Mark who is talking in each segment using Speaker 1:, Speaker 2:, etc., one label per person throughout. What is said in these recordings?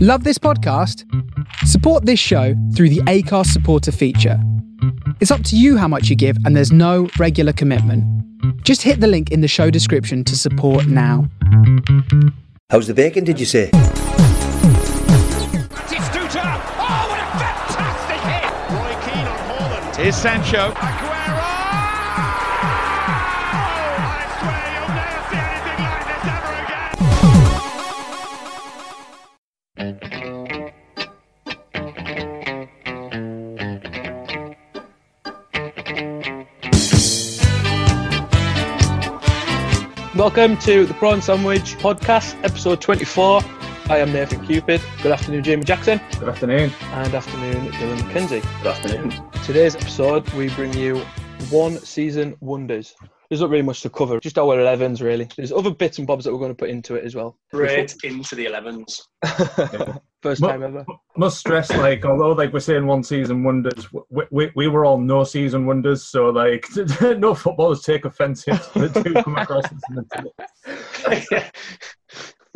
Speaker 1: Love this podcast? Support this show through the ACARS supporter feature. It's up to you how much you give, and there's no regular commitment. Just hit the link in the show description to support now.
Speaker 2: How's the bacon, did you say?
Speaker 3: It's Duta. Oh, what a fantastic hit! Roy Keane on Holland.
Speaker 4: Here's Sancho.
Speaker 3: Aguero! Oh, I swear you'll never see anything like this ever again.
Speaker 5: Welcome to the Prawn Sandwich Podcast, episode 24. I am Nathan Cupid. Good afternoon, Jamie Jackson.
Speaker 6: Good afternoon.
Speaker 5: And afternoon, Dylan McKenzie.
Speaker 6: Good afternoon.
Speaker 5: Today's episode, we bring you one season wonders. There's not really much to cover, just our 11s, really. There's other bits and bobs that we're going to put into it as well.
Speaker 7: Right into the 11s.
Speaker 5: First
Speaker 6: Mu-
Speaker 5: time ever.
Speaker 6: Must stress, like, although like we're saying one season wonders, we, we, we were all no season wonders, so like no footballers take offence if they do come across as mental.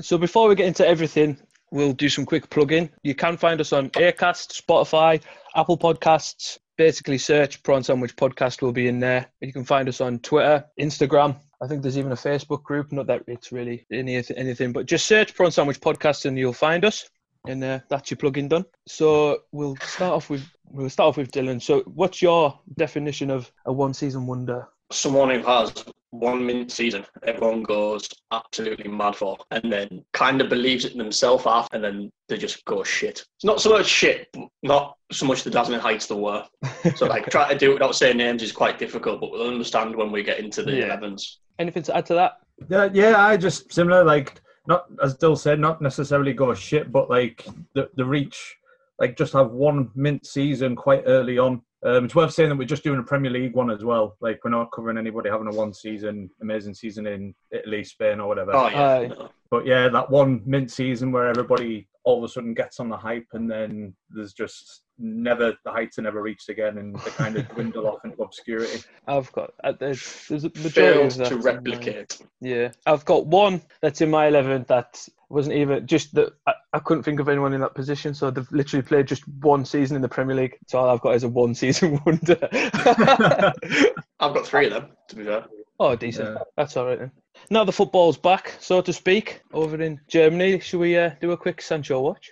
Speaker 5: So before we get into everything, we'll do some quick plug-in. You can find us on Aircast, Spotify, Apple Podcasts. Basically, search Prawn Sandwich Podcast will be in there. You can find us on Twitter, Instagram. I think there's even a Facebook group. Not that it's really any, anything, but just search Prawn Sandwich Podcast and you'll find us. And uh, that's your plug-in done. So we'll start off with we'll start off with Dylan. So what's your definition of a one-season wonder?
Speaker 7: Someone who has one minute season, everyone goes absolutely mad for, and then kind of believes it in themselves after, and then they just go shit. It's not so much shit, but not so much the dazzling heights they were. So, like, trying to do it without saying names is quite difficult, but we'll understand when we get into the
Speaker 5: Yeah.
Speaker 7: 11s.
Speaker 5: Anything to add to that?
Speaker 6: Yeah, yeah, I just similar, like not as Dill said, not necessarily go shit, but like the the reach, like just have one mint season quite early on. Um, it's worth saying that we're just doing a Premier League one as well. Like we're not covering anybody having a one season amazing season in Italy, Spain, or whatever.
Speaker 7: Oh,
Speaker 5: Aye.
Speaker 7: yeah. no.
Speaker 6: But yeah, that one mint season where everybody all of a sudden gets on the hype and then there's just never the heights are never reached again and they kind of dwindle off into obscurity.
Speaker 5: I've got uh, there's, there's a majority
Speaker 7: Failed
Speaker 5: of that
Speaker 7: to
Speaker 5: in my-
Speaker 7: replicate.
Speaker 5: Yeah, I've got one that's in my eleven that wasn't even just that I, I couldn't think of anyone in that position, so they've literally played just one season in the Premier League. So all I've got is a one season wonder.
Speaker 7: I've got three of them, to be fair.
Speaker 5: oh, decent.
Speaker 6: Yeah.
Speaker 5: That's all right then. Now the football's back, so to speak, over in Germany. Should we uh, do a quick Sancho watch?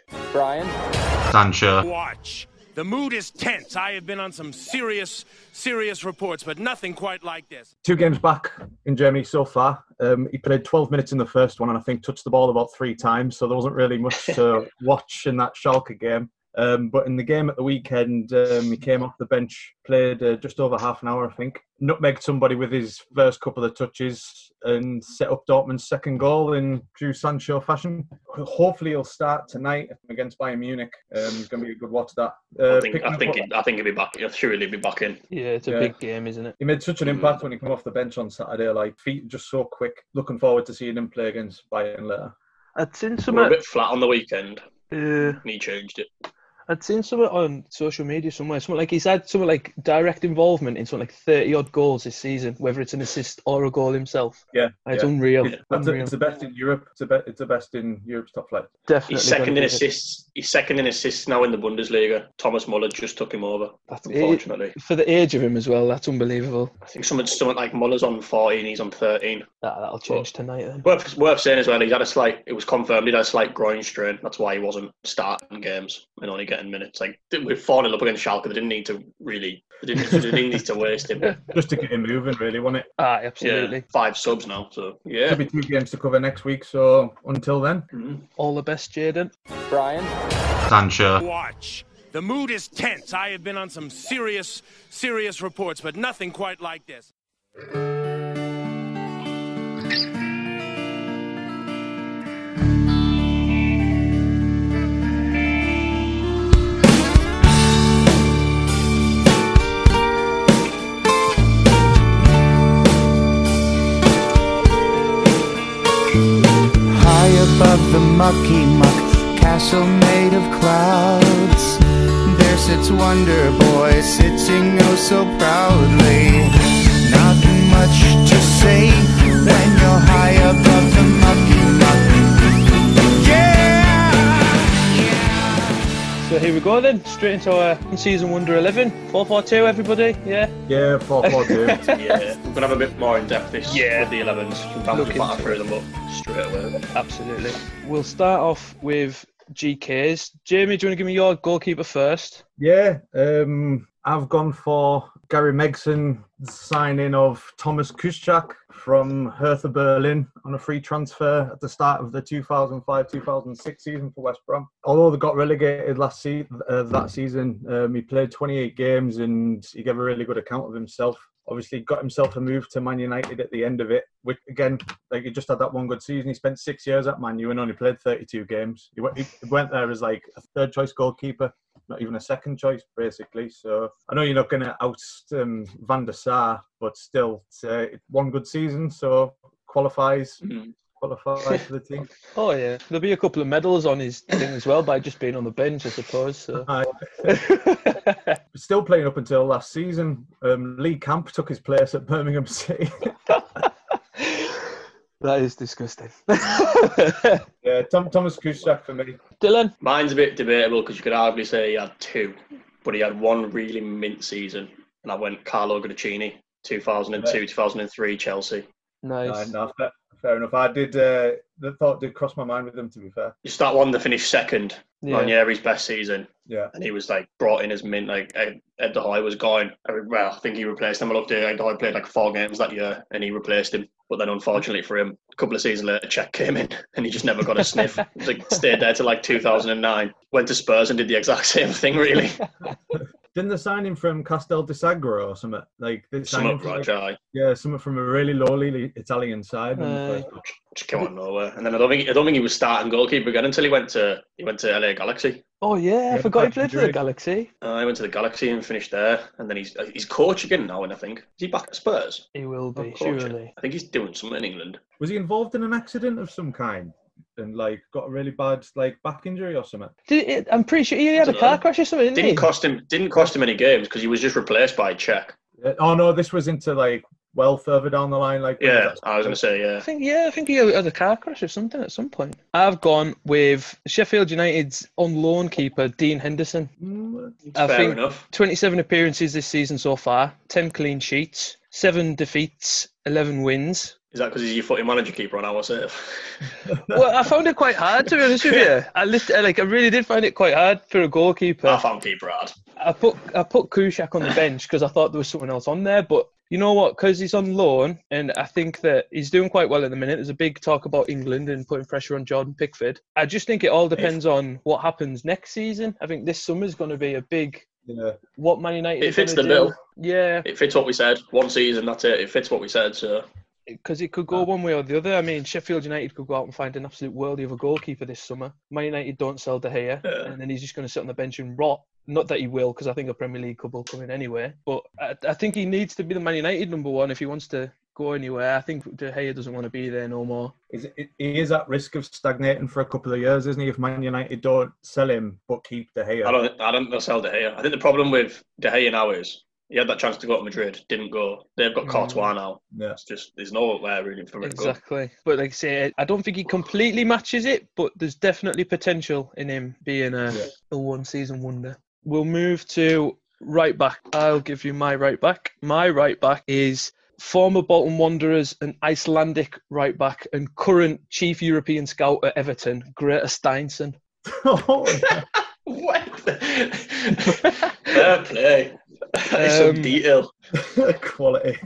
Speaker 3: Watch. The mood is tense. I have been on some serious, serious reports, but nothing quite like this.
Speaker 6: Two games back in Germany so far. Um, he played 12 minutes in the first one and I think touched the ball about three times, so there wasn't really much to watch in that Schalke game. Um, but in the game at the weekend, um, he came off the bench, played uh, just over half an hour, I think, nutmegged somebody with his first couple of touches and set up Dortmund's second goal in Drew Sancho fashion. Hopefully, he'll start tonight against Bayern Munich. Um, it's going to be a good watch that. Uh,
Speaker 7: I think,
Speaker 6: picking
Speaker 7: I
Speaker 6: up
Speaker 7: think,
Speaker 6: what-
Speaker 7: it, I think it'll be back. It'll surely be back in.
Speaker 5: Yeah, it's a
Speaker 6: Yeah.
Speaker 5: big game, isn't it?
Speaker 6: he made such an impact when he came off the bench on Saturday. Like feet just so quick. Looking forward to seeing him play against Bayern later.
Speaker 5: I'd seen
Speaker 7: We
Speaker 5: some.
Speaker 7: We're a bit flat on the weekend,
Speaker 5: Uh,
Speaker 7: and he changed it.
Speaker 5: I'd seen something on social media somewhere. Something like he's had something like direct involvement in something like thirty odd goals this season, whether it's an assist or a goal himself.
Speaker 6: Yeah,
Speaker 5: it's
Speaker 6: yeah.
Speaker 5: unreal.
Speaker 6: It's, that's a-
Speaker 5: unreal.
Speaker 6: it's the best in Europe. It's the, be, it's the best in Europe's top flight.
Speaker 5: Definitely.
Speaker 7: He's second
Speaker 5: gonna
Speaker 7: in
Speaker 5: be the-
Speaker 7: assists. He's second in assists now in the Bundesliga. Thomas Muller just took him over.
Speaker 5: That's it.
Speaker 7: unfortunately,
Speaker 5: For the age of him as well, that's unbelievable.
Speaker 7: I think someone, someone like Muller's on fourteen. He's on thirteen.
Speaker 5: That, that'll change tonight then.
Speaker 7: Worth worth saying as well. He's had a slight. It was confirmed he had a slight groin strain. That's why he wasn't starting games and only getting minutes. Like we're four 0 up against Schalke. They didn't need to really. They didn't, they didn't need to waste him. Yeah,
Speaker 6: Just to get him moving, really, wasn't it?
Speaker 5: Ah, absolutely.
Speaker 7: five subs now. So yeah.
Speaker 6: There'll be two games to cover next week. So until then,
Speaker 7: Mhm.
Speaker 5: All the best, Jaden.
Speaker 3: Watch. The mood is tense. I have been on some serious, serious reports, but nothing quite like this.
Speaker 8: High above the mucky muck, castle made of clouds. There sits Wonder Boy, sitting oh so proudly. Not much to say when you're high above the mucky muck. Yeah!
Speaker 5: So here we go then, straight into our season Wonder 11. 442, everybody. Yeah.
Speaker 6: Yeah, 4 4 2.
Speaker 7: yeah, we're gonna have a bit more in depth this
Speaker 5: Yeah.
Speaker 7: with the 11s. We'll have
Speaker 5: Look
Speaker 7: to
Speaker 5: into
Speaker 7: batter through them up straight away.
Speaker 5: Absolutely. We'll start off with GKs. Jamie, do you want to give me your goalkeeper first?
Speaker 6: Yeah, um, I've gone for Gary Megson signing of Thomas Kuschak from Hertha Berlin on a free transfer at the start of the 2005-2006 season for West Brom. Although they got relegated last se- uh, that season, um, he played 28 games and he gave a really good account of himself. Obviously, got himself a move to Man United at the end of it. Which again, like he just had that one good season. He spent six years at Man U and only played 32 games. He went, he went there as like a third choice goalkeeper not even a second choice, basically. So I know you're not going to out um, Van der Sar, but still, it's, uh, one good season, so qualifies
Speaker 7: Mhm.
Speaker 6: qualifies for the team.
Speaker 5: Oh, yeah. There'll be a couple of medals on his thing as well by just being on the bench, I suppose. So.
Speaker 6: Aye. Still playing up until last season. Um, Lee Camp took his place at Birmingham City.
Speaker 5: that is disgusting.
Speaker 6: yeah, Tom, Thomas Kuschak for me.
Speaker 5: Dylan?
Speaker 7: Mine's a bit debatable because you could arguably say he had two, but he had one really mint season, and I went Carlo Guadicini, 2002, 2003 Chelsea.
Speaker 5: Nice.
Speaker 6: No, no, fair, fair enough. I did. Uh, the thought did cross my mind with him. To be fair,
Speaker 7: You start one to finish second,
Speaker 5: Yeah.
Speaker 7: Ranieri's best season,
Speaker 6: yeah.
Speaker 7: and he was like brought in as mint. Like Ed, Ed De Hoy was gone. I mean, well, I think he replaced him. I looked at Ed De Hoy played like four games that year, and he replaced him. But then, unfortunately for him, a couple of seasons later, Czech came in, and he just never got a sniff. like stayed there till like 2009. Went to Spurs and did the exact same thing. Really,
Speaker 6: Didn't they sign him from Castel di Sagro or something? Like they signed him
Speaker 7: somewhat
Speaker 6: from,
Speaker 7: right, aye.
Speaker 6: yeah, something from a really lowly Italian side. in the
Speaker 5: Aye.
Speaker 6: first
Speaker 7: just came out of nowhere. And then I don't think I don't think he was starting goalkeeper again until he went to he went to LA Galaxy.
Speaker 5: Oh, yeah. I
Speaker 6: Yeah,
Speaker 5: forgot he played
Speaker 6: back
Speaker 5: for
Speaker 6: injury.
Speaker 5: the Galaxy.
Speaker 7: Uh, he went to the Galaxy and finished there. And then he's uh, he's coach again now. And I think is he back at Spurs?
Speaker 5: He will
Speaker 7: Not
Speaker 5: be,
Speaker 7: coaching.
Speaker 5: surely.
Speaker 7: I think he's doing something in England.
Speaker 6: Was he involved in an accident of some kind and like got a really bad like back injury or something?
Speaker 5: Did it, I'm pretty sure he had a
Speaker 7: Dunno.
Speaker 5: car crash or something, didn't, he?
Speaker 7: Didn't cost him didn't cost him any games because he was just replaced by Czech.
Speaker 6: Uh, Oh no, this was into like well further down the line. Like when he
Speaker 7: Yeah,
Speaker 6: was at-
Speaker 7: I was gonna say
Speaker 5: I
Speaker 7: yeah.
Speaker 5: think yeah, I think he had a car crash or something at some point. I've gone with Sheffield United's on loan keeper Dean Henderson.
Speaker 6: Mm,
Speaker 5: I
Speaker 7: Fair
Speaker 5: think-
Speaker 7: enough.
Speaker 5: 27 appearances this season so far, 10 clean sheets, 7 defeats, 11 wins.
Speaker 7: Is that because he's your footy manager keeper on our save?
Speaker 5: Well, I found it quite hard to be honest with you. I lit- I, like I really did find it quite hard for a
Speaker 7: I
Speaker 5: goalkeeper.
Speaker 7: found keeper hard.
Speaker 5: I put I put Kushak on the bench because I thought there was someone else on there, but you know what? Because he's on loan, and I think that he's doing quite well at the minute. There's a big talk about England and putting pressure on Jordan Pickford. I just think it all depends on what happens next season. I think this summer's going to be a big
Speaker 6: yeah.
Speaker 5: what Man United.
Speaker 7: It
Speaker 5: are
Speaker 7: fits
Speaker 5: gonna
Speaker 7: the
Speaker 5: do.
Speaker 7: bill.
Speaker 5: Yeah,
Speaker 7: It fits what we said. One season, that's it. It fits what we said. So
Speaker 5: because it could go one way or the other. I mean, Sheffield United could go out and find an absolute worldie of a goalkeeper this summer. Man United don't sell De Gea,
Speaker 7: Yeah.
Speaker 5: and then he's just going to sit on the bench and rot. Not that he will, because I think a Premier League club will come in anyway. But I, I think he needs to be the Man United number one if he wants to go anywhere. I think De Gea doesn't want to be there no more.
Speaker 6: Is it, he is at risk of stagnating for a couple of years, isn't he? If Man United don't sell him but keep De Gea.
Speaker 7: I don't I don't think they'll sell De Gea. I think the problem with De Gea now is he had that chance to go to Madrid, didn't go. They've got
Speaker 5: Mm.
Speaker 7: Courtois now.
Speaker 6: Yeah.
Speaker 7: It's just there's nowhere really for him to go.
Speaker 5: Exactly. But like I say, I don't think he completely matches it, but there's definitely potential in him being a,
Speaker 6: Yeah.
Speaker 5: a one season wonder. We'll move to right back. I'll give you my right back. My right back is former Bolton Wanderers and Icelandic right back and current chief European scout at Everton, Greta Steinson.
Speaker 7: What? Fair play. That is some
Speaker 5: Um,
Speaker 7: detail.
Speaker 6: Quality.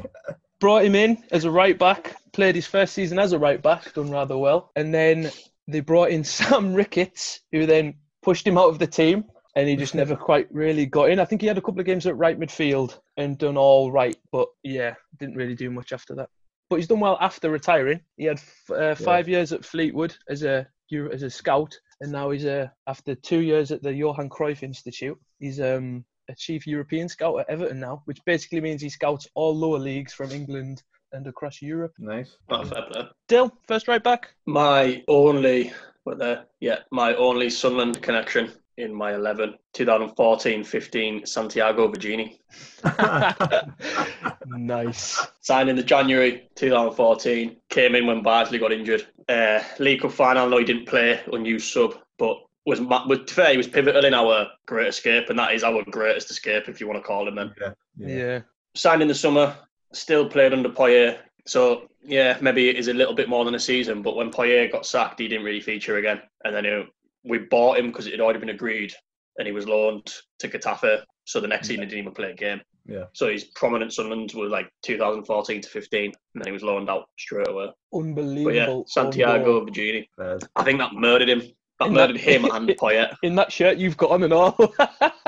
Speaker 5: brought him in as a right back, played his first season as a right back, done rather well. And then they brought in Sam Ricketts, who then pushed him out of the team and he just never quite really got in. I think he had a couple of games at right midfield and done all right, but yeah, didn't really do much after that. But he's done well after retiring. He had f- uh, five years at Fleetwood as a Euro- as a scout, and now he's uh, after two years at the Johan Cruyff Institute. He's um, a chief European scout at Everton now, which basically means he scouts all lower leagues from England and across Europe.
Speaker 6: Nice.
Speaker 7: Not fair play.
Speaker 5: Dill, first right back.
Speaker 7: My only, what there? Yeah, my only Sunderland connection in my 11, 2014-15, Santiago Virginie.
Speaker 5: nice.
Speaker 7: Signed in the January 2014. Came in when Barnsley got injured. Uh, League Cup final, no, he didn't play, unused sub, but was, ma- was to be fair, he was pivotal in our great escape, and that is our greatest escape, if you want to call him then.
Speaker 5: Yeah.
Speaker 7: Signed in the summer, still played under Poyer. So, yeah, maybe it is a little bit more than a season, but when Poyer got sacked, he didn't really feature again. And then uh, we bought him because it had already been agreed, and he was loaned to Getafe. So the next season, he didn't even play a game.
Speaker 6: Yeah.
Speaker 7: So his prominent summons were like 2014 to 15, and then he was loaned out straight away. But yeah,
Speaker 5: Unbelievable.
Speaker 7: Santiago Virginie.
Speaker 6: There's-
Speaker 7: I think that murdered him. That
Speaker 5: In that-
Speaker 7: murdered him and Poyet
Speaker 5: In that shirt you've got on and all.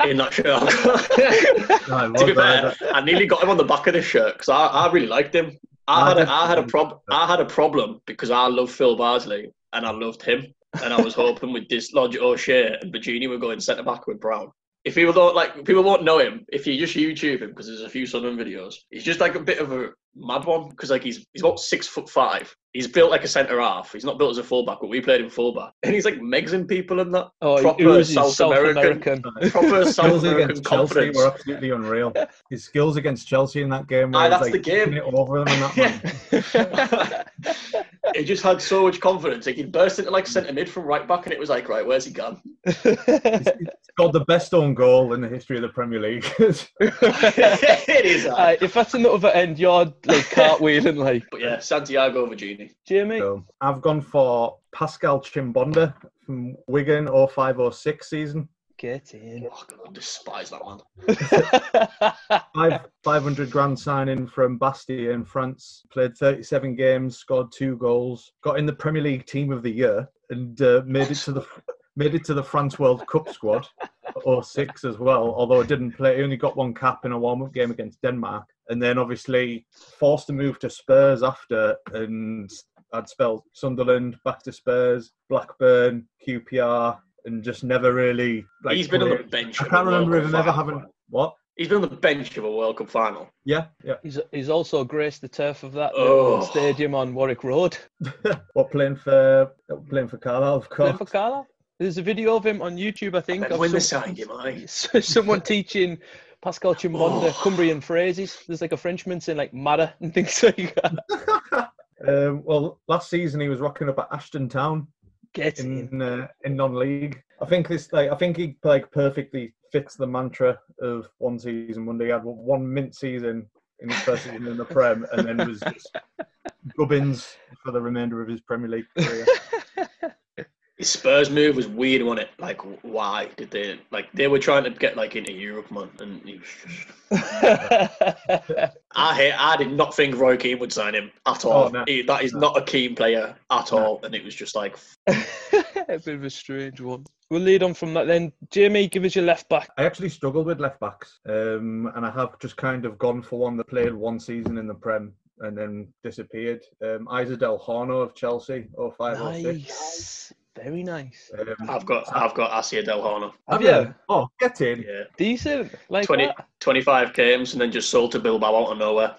Speaker 7: in that shirt.
Speaker 6: No, I
Speaker 7: to be
Speaker 6: love that.
Speaker 7: fair, I nearly got him on the back of this shirt because I, I really liked him. I had a, I had a prob I had a problem because I love Phil Barsley and I loved him and I was hoping we'd dislodge O'Shea and Virginia were going centre back with Brown. If people don't like people won't know him if you just YouTube him because there's a few Sunderland videos. He's just like a bit of a mad one because like he's he's about six foot five. He's built like a centre half. He's not built as a fullback, but we played him fullback, and he's like megsing people and that.
Speaker 5: oh,
Speaker 7: Proper
Speaker 5: who is he?
Speaker 7: South American. Proper South
Speaker 6: skills
Speaker 7: American
Speaker 6: against Chelsea
Speaker 7: confidence.
Speaker 6: were absolutely unreal. His skills against Chelsea in that game, where
Speaker 7: Aye,
Speaker 6: he was,
Speaker 7: that's
Speaker 6: like,
Speaker 7: the game.
Speaker 6: kicking it over them and that one.
Speaker 7: he just had so much confidence. Like he burst into like centre mid from right back, and it was like, right, where's he gone?
Speaker 6: scored the best own goal in the history of the Premier League.
Speaker 7: it is. that.
Speaker 5: Aye, if that's another end, you're like cartwheeling like
Speaker 7: But yeah, Santiago Virginie.
Speaker 5: Jamie.
Speaker 6: so I've gone for Pascal Chimbonda from Wigan 0506 season.
Speaker 5: Get in.
Speaker 7: Oh, God, I despise that one.
Speaker 6: Five, 500 grand signing from Bastia in France. Played 37 games, scored two goals, got in the Premier League Team of the Year, and uh, made it to the made it to the France World Cup squad, or six as well. Although it didn't play, he only got one cap in a warm-up game against Denmark, and then obviously forced to move to Spurs after, and I'd spell Sunderland back to Spurs, Blackburn, QPR, and just never really. Like,
Speaker 7: He's been on the
Speaker 6: played-
Speaker 7: bench.
Speaker 6: I
Speaker 7: of a
Speaker 6: can't remember
Speaker 7: World
Speaker 6: him
Speaker 7: Cup
Speaker 6: ever
Speaker 7: final.
Speaker 6: having what.
Speaker 7: He's been on the bench of a World Cup final.
Speaker 6: Yeah, yeah.
Speaker 5: He's, he's also graced the turf of that
Speaker 7: Oh.
Speaker 5: little stadium on Warwick Road.
Speaker 6: Well, playing for playing for Carlisle, of
Speaker 5: Playing
Speaker 6: course.
Speaker 5: for Carlisle. There's a video of him on YouTube, I think.
Speaker 7: Then
Speaker 5: of
Speaker 7: win the
Speaker 5: some-
Speaker 7: side, you might.
Speaker 5: someone teaching Pascal Chimbonda Cumbrian phrases. There's like a Frenchman saying like "matter" and things like that.
Speaker 6: Um, well, last season he was rocking up at Ashton Town
Speaker 5: Get in.
Speaker 6: in uh, in non-league. I think this like I think he like perfectly fits the mantra of one season wonder. He had one mint season in his first season in the Prem, and then was just gubbins for the remainder of his Premier League career.
Speaker 7: His Spurs move was weird, wasn't it? Like, w- why did they? Like, they were trying to get like into Europe, man, and he was just. I hate, I did not think Roy Keane would sign him at all.
Speaker 6: Oh, no.
Speaker 7: He- that is not a Keane player at all, and it was just like
Speaker 5: a bit of a strange one. We'll lead on from that then. Jamie, give us your left back.
Speaker 6: I actually struggled with left backs, um, and I have just kind of gone for one that played one season in the Prem and then disappeared. Um, Isadel Horno of Chelsea, or five or six.
Speaker 5: Nice. Very nice.
Speaker 6: Um,
Speaker 7: I've got I've got Asia Del Horno.
Speaker 5: Have
Speaker 6: yeah.
Speaker 5: you?
Speaker 6: Oh, get in.
Speaker 7: Yeah.
Speaker 5: Decent. Like
Speaker 7: 20,
Speaker 5: that.
Speaker 7: 25 games and then just sold to Bilbao out of nowhere.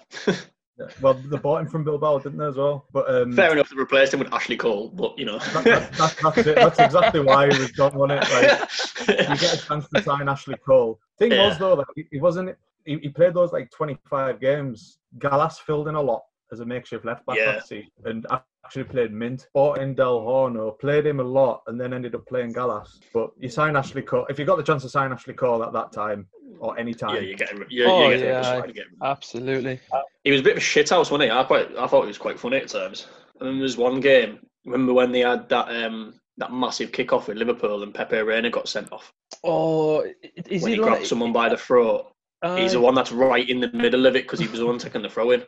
Speaker 6: Well, they bought him from Bilbao, didn't they, as well? But
Speaker 5: Hmm.
Speaker 6: um,
Speaker 7: Fair enough, they replaced him with Ashley Cole, but you know.
Speaker 6: That, that, that, that's it. That's exactly why he was gone, wasn't it? Like, you get a chance to sign Ashley Cole. Thing
Speaker 7: Yeah.
Speaker 6: was though, that he- he wasn't. He, he played those like 25 games. Gallas filled in a lot as a makeshift left back
Speaker 7: Yeah.
Speaker 6: that season, and actually played mint. Bought in Del Horno, played him a lot, and then ended up playing Gallas. But you sign Ashley Cole if you got the chance to sign Ashley Cole at that time or any time.
Speaker 7: yeah, you're getting. You're,
Speaker 5: Oh,
Speaker 7: you're getting
Speaker 5: yeah,
Speaker 7: just
Speaker 5: I-
Speaker 7: trying to get him.
Speaker 5: Absolutely.
Speaker 7: He was a bit of a shithouse, wasn't he? I quite I thought he was quite funny at times. I remember there was one game. Remember when they had that um that massive kickoff with Liverpool and Pepe Reina got sent off
Speaker 5: Oh, is
Speaker 7: when
Speaker 5: he like?
Speaker 7: he grabbed someone by the throat. He's the
Speaker 5: Aye.
Speaker 7: one that's right in the middle of it because he was the one taking the throw in.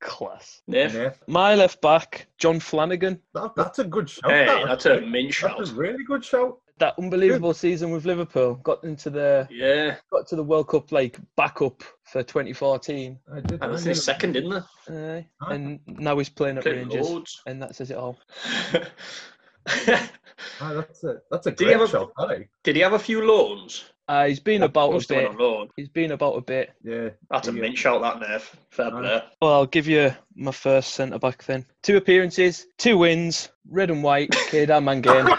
Speaker 5: Class.
Speaker 7: Yeah.
Speaker 6: Yeah.
Speaker 5: My left back, John Flanagan.
Speaker 6: That, that's a good shout.
Speaker 7: Hey,
Speaker 6: that.
Speaker 5: Oh,
Speaker 7: that's a mint
Speaker 6: that's
Speaker 7: shout.
Speaker 6: a really good shout.
Speaker 5: That unbelievable season with Liverpool got into the
Speaker 7: Yeah,
Speaker 5: got to the World Cup like backup for 2014,
Speaker 6: I did.
Speaker 7: and that's his second, isn't it?
Speaker 5: Aye. and now he's playing at
Speaker 7: Ah. Played
Speaker 5: Rangers,
Speaker 7: loads.
Speaker 5: and that says it all.
Speaker 6: Ah, that's a that's a
Speaker 7: Did he
Speaker 6: great
Speaker 7: have a-
Speaker 6: shout. that, eh?
Speaker 7: Did he have a few loans?
Speaker 5: Uh, he's been about a
Speaker 7: Must have
Speaker 5: bit.
Speaker 7: went on loan.
Speaker 5: He's been about a bit.
Speaker 6: Yeah.
Speaker 7: That's a
Speaker 6: Yeah.
Speaker 7: mint shout, that nerve. Fair
Speaker 6: Aye.
Speaker 7: play.
Speaker 5: Well, I'll give you my first centre back then. Two appearances, two wins, red and white, Kedar Mangane.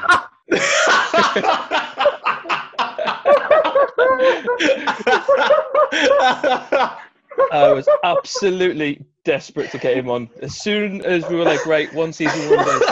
Speaker 5: I was absolutely desperate to get him on. As soon as we were like, right, one season wonder,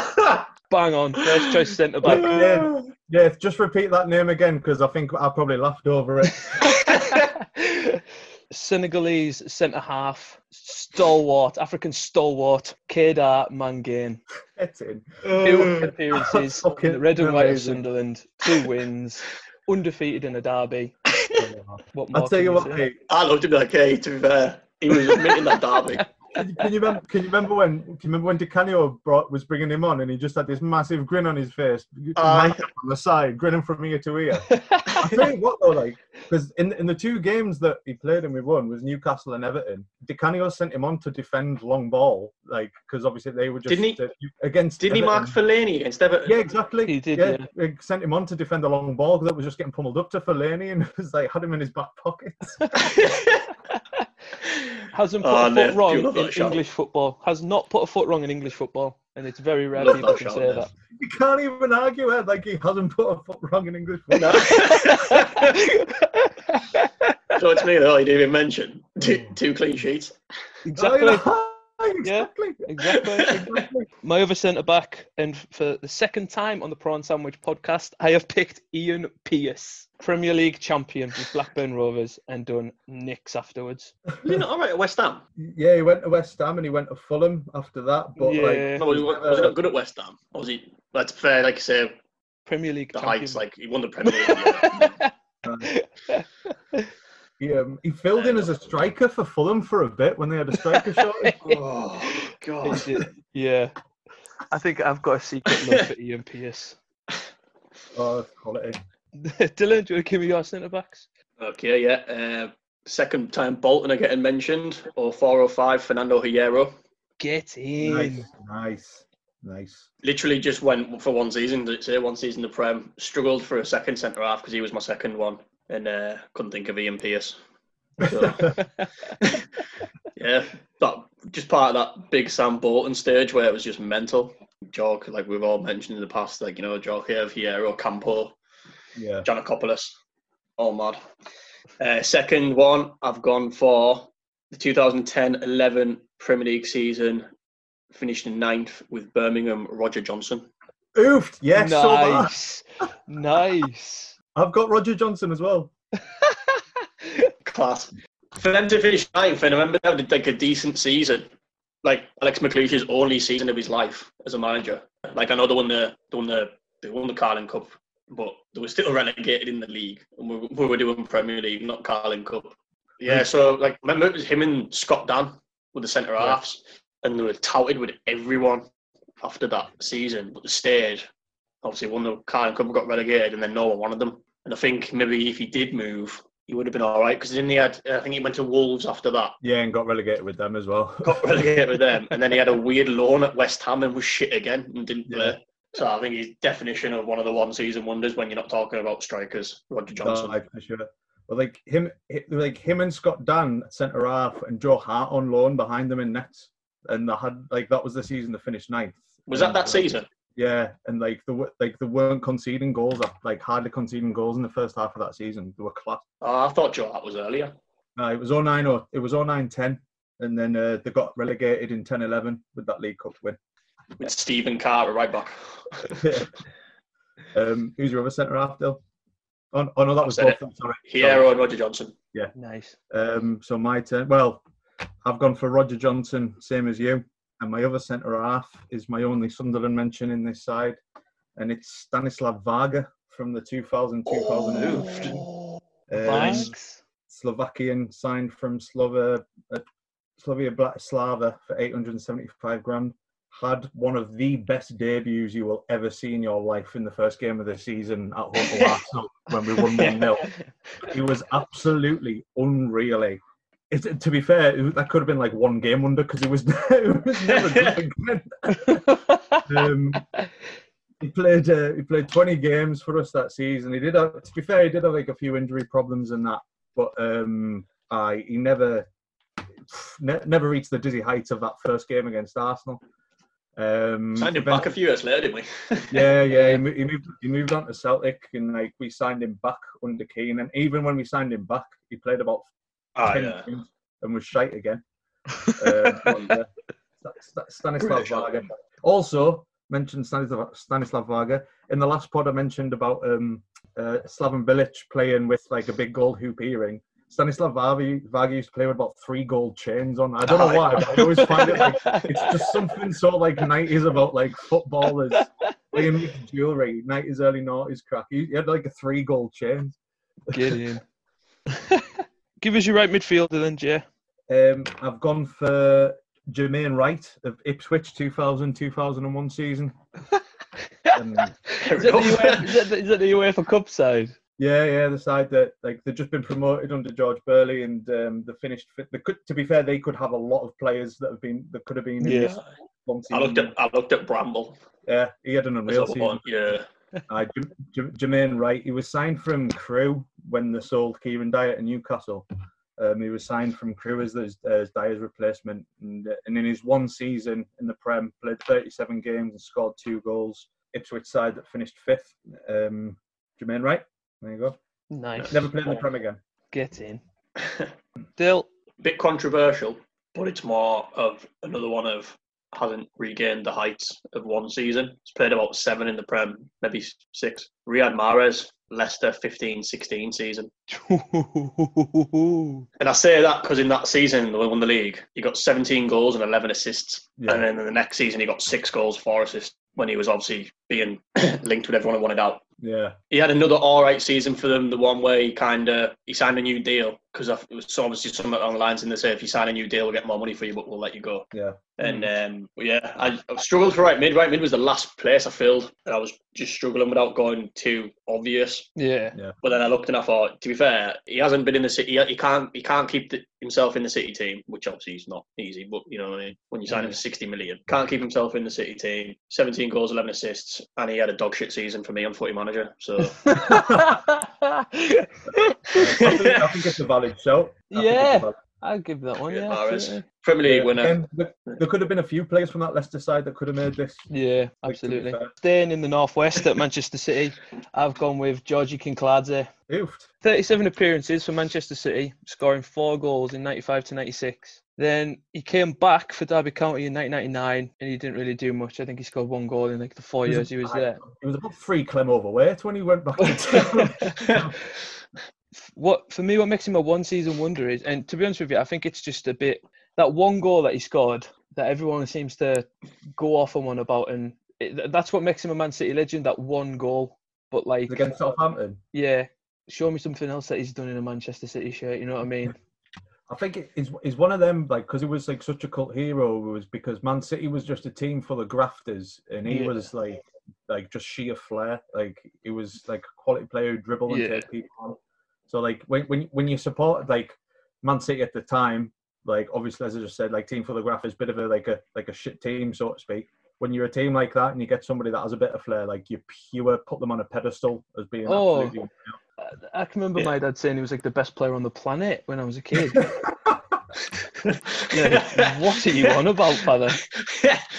Speaker 5: Bang on. First choice centre back.
Speaker 6: yeah, yeah, just repeat that name again because I think I probably laughed over it.
Speaker 5: Senegalese centre half, stalwart, African stalwart, Kedar Mangane.
Speaker 6: Get in.
Speaker 5: Two appearances in the red and white of
Speaker 6: Hmm. Amazing.
Speaker 5: Sunderland, two wins, undefeated in a derby. What more
Speaker 6: I'll tell
Speaker 5: can
Speaker 6: you what,
Speaker 5: say?
Speaker 6: mate.
Speaker 7: I loved him like, hey, to be fair, he was admitting that derby.
Speaker 6: Can you, can you remember? Can you remember when? Can you remember when DiCanio brought, was bringing him on, and he just had this massive grin on his face,
Speaker 5: Uh,
Speaker 7: Aye.
Speaker 6: mic up on the side, grinning from ear to ear. I tell you what, though, like, because in in the two games that he played and we won was Newcastle and Everton. DiCanio sent him on to defend long ball, like, because obviously they were just
Speaker 7: Didn't he-
Speaker 6: uh, against.
Speaker 7: Didn't he
Speaker 6: Everton.
Speaker 7: mark Fellaini against Everton?
Speaker 6: Yeah, exactly.
Speaker 5: He did, yeah.
Speaker 6: they sent him on to defend a long ball because that was just getting pummeled up to Fellaini, and it was like had him in his back pocket.
Speaker 5: Hasn't put
Speaker 7: Oh,
Speaker 5: a
Speaker 7: Nate,
Speaker 5: foot
Speaker 7: do
Speaker 5: wrong
Speaker 7: you love that
Speaker 5: in
Speaker 7: shot?
Speaker 5: English football. Has not put a foot wrong in English football, and it's very rare
Speaker 7: Love
Speaker 5: people
Speaker 7: that
Speaker 5: can
Speaker 7: shot,
Speaker 5: say
Speaker 7: Nate.
Speaker 5: that.
Speaker 6: you can't even argue it. Like he hasn't put a foot wrong in English football.
Speaker 7: No. so it's me though. You didn't even mention two, two clean sheets.
Speaker 5: Exactly.
Speaker 6: exactly.
Speaker 5: Exactly. My other centre back, and for the second time on the Prawn Sandwich podcast, I have picked Ian Pearce, Premier League champion with Blackburn Rovers, and done Nicks afterwards.
Speaker 7: Was he not all right at West Ham?
Speaker 6: Yeah, he went to West Ham and he went to Fulham after that. But
Speaker 5: Yeah.
Speaker 6: like, uh,
Speaker 7: No, was, he, was he not good at West Ham? Or was he? That's fair. Like you say,
Speaker 5: Premier League
Speaker 7: the
Speaker 5: champion.
Speaker 7: heights. Like he won the Premier League. yeah.
Speaker 6: he, um, he filled in as a striker for Fulham for a bit when they had a striker shortage.
Speaker 7: oh God.
Speaker 5: Is it- yeah. I think I've got a secret love for Ian Pearce.
Speaker 6: Oh, that's quality.
Speaker 5: Dylan, do you want to give me your centre backs?
Speaker 7: Okay, yeah. Uh, second time Bolton are getting mentioned. Or four or five. Fernando Hierro.
Speaker 5: Get in.
Speaker 6: Nice, nice, nice.
Speaker 7: Literally just went for one season. Did it say one season in the Prem? Struggled for a second centre half because he was my second one, and uh, couldn't think of Ian Pearce. So, yeah, that just part of that big Sam Bolton stage where it was just mental. Jork, like we've all mentioned in the past, like you know, Jork here, Hierro, Campo,
Speaker 6: Yeah.
Speaker 7: Janakopoulos, all mad. Uh, second one, I've gone for the 2010-11 Premier League season, finished in ninth with Birmingham Roger Johnson.
Speaker 6: Oofed. Yes. so have I.
Speaker 5: nice. nice.
Speaker 6: I've got Roger Johnson as well.
Speaker 7: Class. For them to finish ninth, and I remember they had like a decent season, like Alex McLeish's only season of his life as a manager. Like I know they won the they won the they won the Carling Cup, but they were still relegated in the league, and we, we were doing Premier League, not Carling Cup. Yeah, so like remember it was him and Scott Dan were the centre halves, and they were touted with everyone after that season, but they stayed. Obviously, won the Carling Cup, got relegated, and then no one wanted them. And I think maybe if he did move, he would have been all right because then he had. I think he went to Wolves after that,
Speaker 6: Yeah, and got relegated with them as well.
Speaker 7: got relegated with them, and then he had a weird loan at West Ham and was shit again and didn't
Speaker 6: Yeah.
Speaker 7: play. So I think his definition of one of the one-season wonders when you're not talking about strikers, Roger Johnson.
Speaker 6: Aye, for sure. But like him, hi- like him and Scott Dan at centre half, and Joe Hart on loan behind them in nets, and they had like that was the season they finished ninth.
Speaker 7: was that
Speaker 6: And,
Speaker 7: that
Speaker 6: like,
Speaker 7: season?
Speaker 6: Yeah, and like the like they weren't conceding goals, af- like hardly conceding goals in the first half of that season. They were class.
Speaker 7: Oh, I thought Joe Hart was earlier.
Speaker 6: Uh, it was 09 or it was 09 10, and then uh, they got relegated in 10 11 with that League Cup win.
Speaker 7: with Stephen Carter right back.
Speaker 6: um, who's your other centre half, Dill? Oh, oh no, that was
Speaker 7: said
Speaker 6: both.
Speaker 7: it.
Speaker 6: of them, Sorry,
Speaker 7: Hierro and Roger Johnson.
Speaker 5: Nice.
Speaker 6: Um, so my turn. Well, I've gone for Roger Johnson, same as you. And my other centre half is my only Sunderland mention in this side, and it's Stanislav Varga from the 2000 2001 um,
Speaker 5: Thanks.
Speaker 6: Slovakian signed from Slova, uh, Slovia Bratislava for 875 grand. Had one of the best debuts you will ever see in your life in the first game of the season at home to Arsenal when we won 1 0 he was absolutely unreal. eh? It's, to be fair, it was- that could have been like one game wonder because he was, he was never good again. Um, he played uh, he played 20 games for us that season. He did have, to be fair, he did have like a few injury problems and that, but um, I he never ne- never reached the dizzy heights of that first game against Arsenal. Um,
Speaker 7: Signed him
Speaker 6: eventually-
Speaker 7: back a few years later, didn't we?
Speaker 6: yeah, yeah. He, mo- he moved. He moved on to Celtic, and like we signed him back under Keane. And even when we signed him back, he played about
Speaker 7: Ah,
Speaker 6: 10
Speaker 7: yeah.
Speaker 6: games and was shite again. Uh, but, uh, Sta- Sta- Stanislav
Speaker 7: British,
Speaker 6: Varga.
Speaker 7: aren't
Speaker 6: Also, mentioned Stanislav, Stanislav Varga. In the last pod, I mentioned about um, uh, Slaven Bilic playing with like a big gold hoop earring. Stanislav Varga, Varga used to play with about three gold chains on. I don't
Speaker 7: Ah,
Speaker 6: know why, but I always find it like it's just something so like 90s about like footballers playing with jewelry, 90s, early 90s crack. He he had like a three gold chains.
Speaker 5: Gideon. Give us your right midfielder then, Jay.
Speaker 6: Um, I've gone for Jermaine Wright of Ipswich 2000 2001 season. um,
Speaker 5: Is that, the UEFA, is, that the, is that the UEFA Cup side?
Speaker 6: yeah, yeah, the side that like they've just been promoted under George Burley and um, the finished. fi- They could, to be fair, they could have a lot of players that have been that could have been. In
Speaker 5: Yeah.
Speaker 6: this one
Speaker 7: I looked
Speaker 6: season.
Speaker 7: at I looked at Bramble.
Speaker 6: Yeah, he had an
Speaker 7: as
Speaker 6: unreal
Speaker 7: the
Speaker 6: Mm. season.
Speaker 7: one, Yeah.
Speaker 6: Uh, J- J- Jermaine Wright, he was signed from Crew when they sold Kieran Dyer to Newcastle. Um, he was signed from Crew as, as, as Dyer's replacement, and, uh, and in his one season in the Prem, played 37 games and scored two goals. Ipswich side that finished fifth. Um, Jermaine Wright, there you go.
Speaker 5: Nice.
Speaker 6: Never played in the Prem again.
Speaker 5: Get in. Dill.
Speaker 7: bit controversial, but it's more of another one of hasn't regained the heights of one season. He's played about seven in the Prem, maybe six. Riyad Mahrez, Leicester 15-16 season. And I say that because in that season they won the league. He got 17 goals and 11 assists.
Speaker 6: Yeah.
Speaker 7: And then in the next season he got six goals, four assists when he was obviously being linked with everyone who wanted out
Speaker 6: Yeah,
Speaker 7: he had another all right season for them. The one where he kind of he signed a new deal because it was so obviously something along the lines, and they say if you sign a new deal, we'll get more money for you, but we'll let you go.
Speaker 6: yeah.
Speaker 7: And um, but yeah, I, I struggled for right mid. Right mid was the last place I filled, and I was just struggling without going too obvious.
Speaker 5: Yeah.
Speaker 7: But then I looked and I thought, to be fair, he hasn't been in the city. He can't he can't keep the, himself in the city team, which obviously is not easy. But you know what I mean. When you sign him for sixty million, can't keep himself in the city team. Seventeen goals, eleven assists, and he had a dog shit season for me on footy manager. So.
Speaker 6: I think, I think it's a valid shout. I think it's a
Speaker 5: Yeah.
Speaker 6: valid-
Speaker 5: I'll give that one.
Speaker 7: Yeah,
Speaker 5: Yeah.
Speaker 7: Mahrez.
Speaker 5: absolutely.
Speaker 7: Premier League
Speaker 6: Yeah,
Speaker 7: winner.
Speaker 6: again, there- there could have been a few players from that Leicester side that could have made this.
Speaker 5: Yeah,
Speaker 6: Like, to be
Speaker 5: absolutely.
Speaker 6: fair.
Speaker 5: Staying in the northwest at Manchester City, I've gone with Georgie Kinkladze.
Speaker 6: Oofed.
Speaker 5: 37 appearances for Manchester City, scoring four goals in 95 to 96. Then he came back for Derby County in 1999 and he didn't really do much. I think he scored one goal in like the four years he was there.
Speaker 6: It was about three Clem overweight when he went back to town.
Speaker 5: what for me what makes him a one season wonder is and to be honest with you i think it's just a bit that one goal that he scored that everyone seems to go off on one about and it, th- that's what makes him a man city legend that one goal but like
Speaker 6: against Southampton.
Speaker 5: yeah show me something else that he's done in a manchester city shirt you know what i mean
Speaker 6: I think it is is one of them like because he was like such a cult hero was because Man City was just a team full of grafters and he
Speaker 5: Yeah.
Speaker 6: was like like just sheer flair like he was like a quality player who dribble and
Speaker 5: Yeah.
Speaker 6: take people on. So like when when when you support like Man City at the time like obviously as I just said like team full of grafters bit of a like a like a shit team so to speak. When you're a team like that and you get somebody that has a bit of flair like you pure put them on a pedestal as being
Speaker 5: Oh.
Speaker 6: absolutely
Speaker 5: i, I can remember my dad saying he was like the best player on the planet when i was a kid Yeah, what are you on about father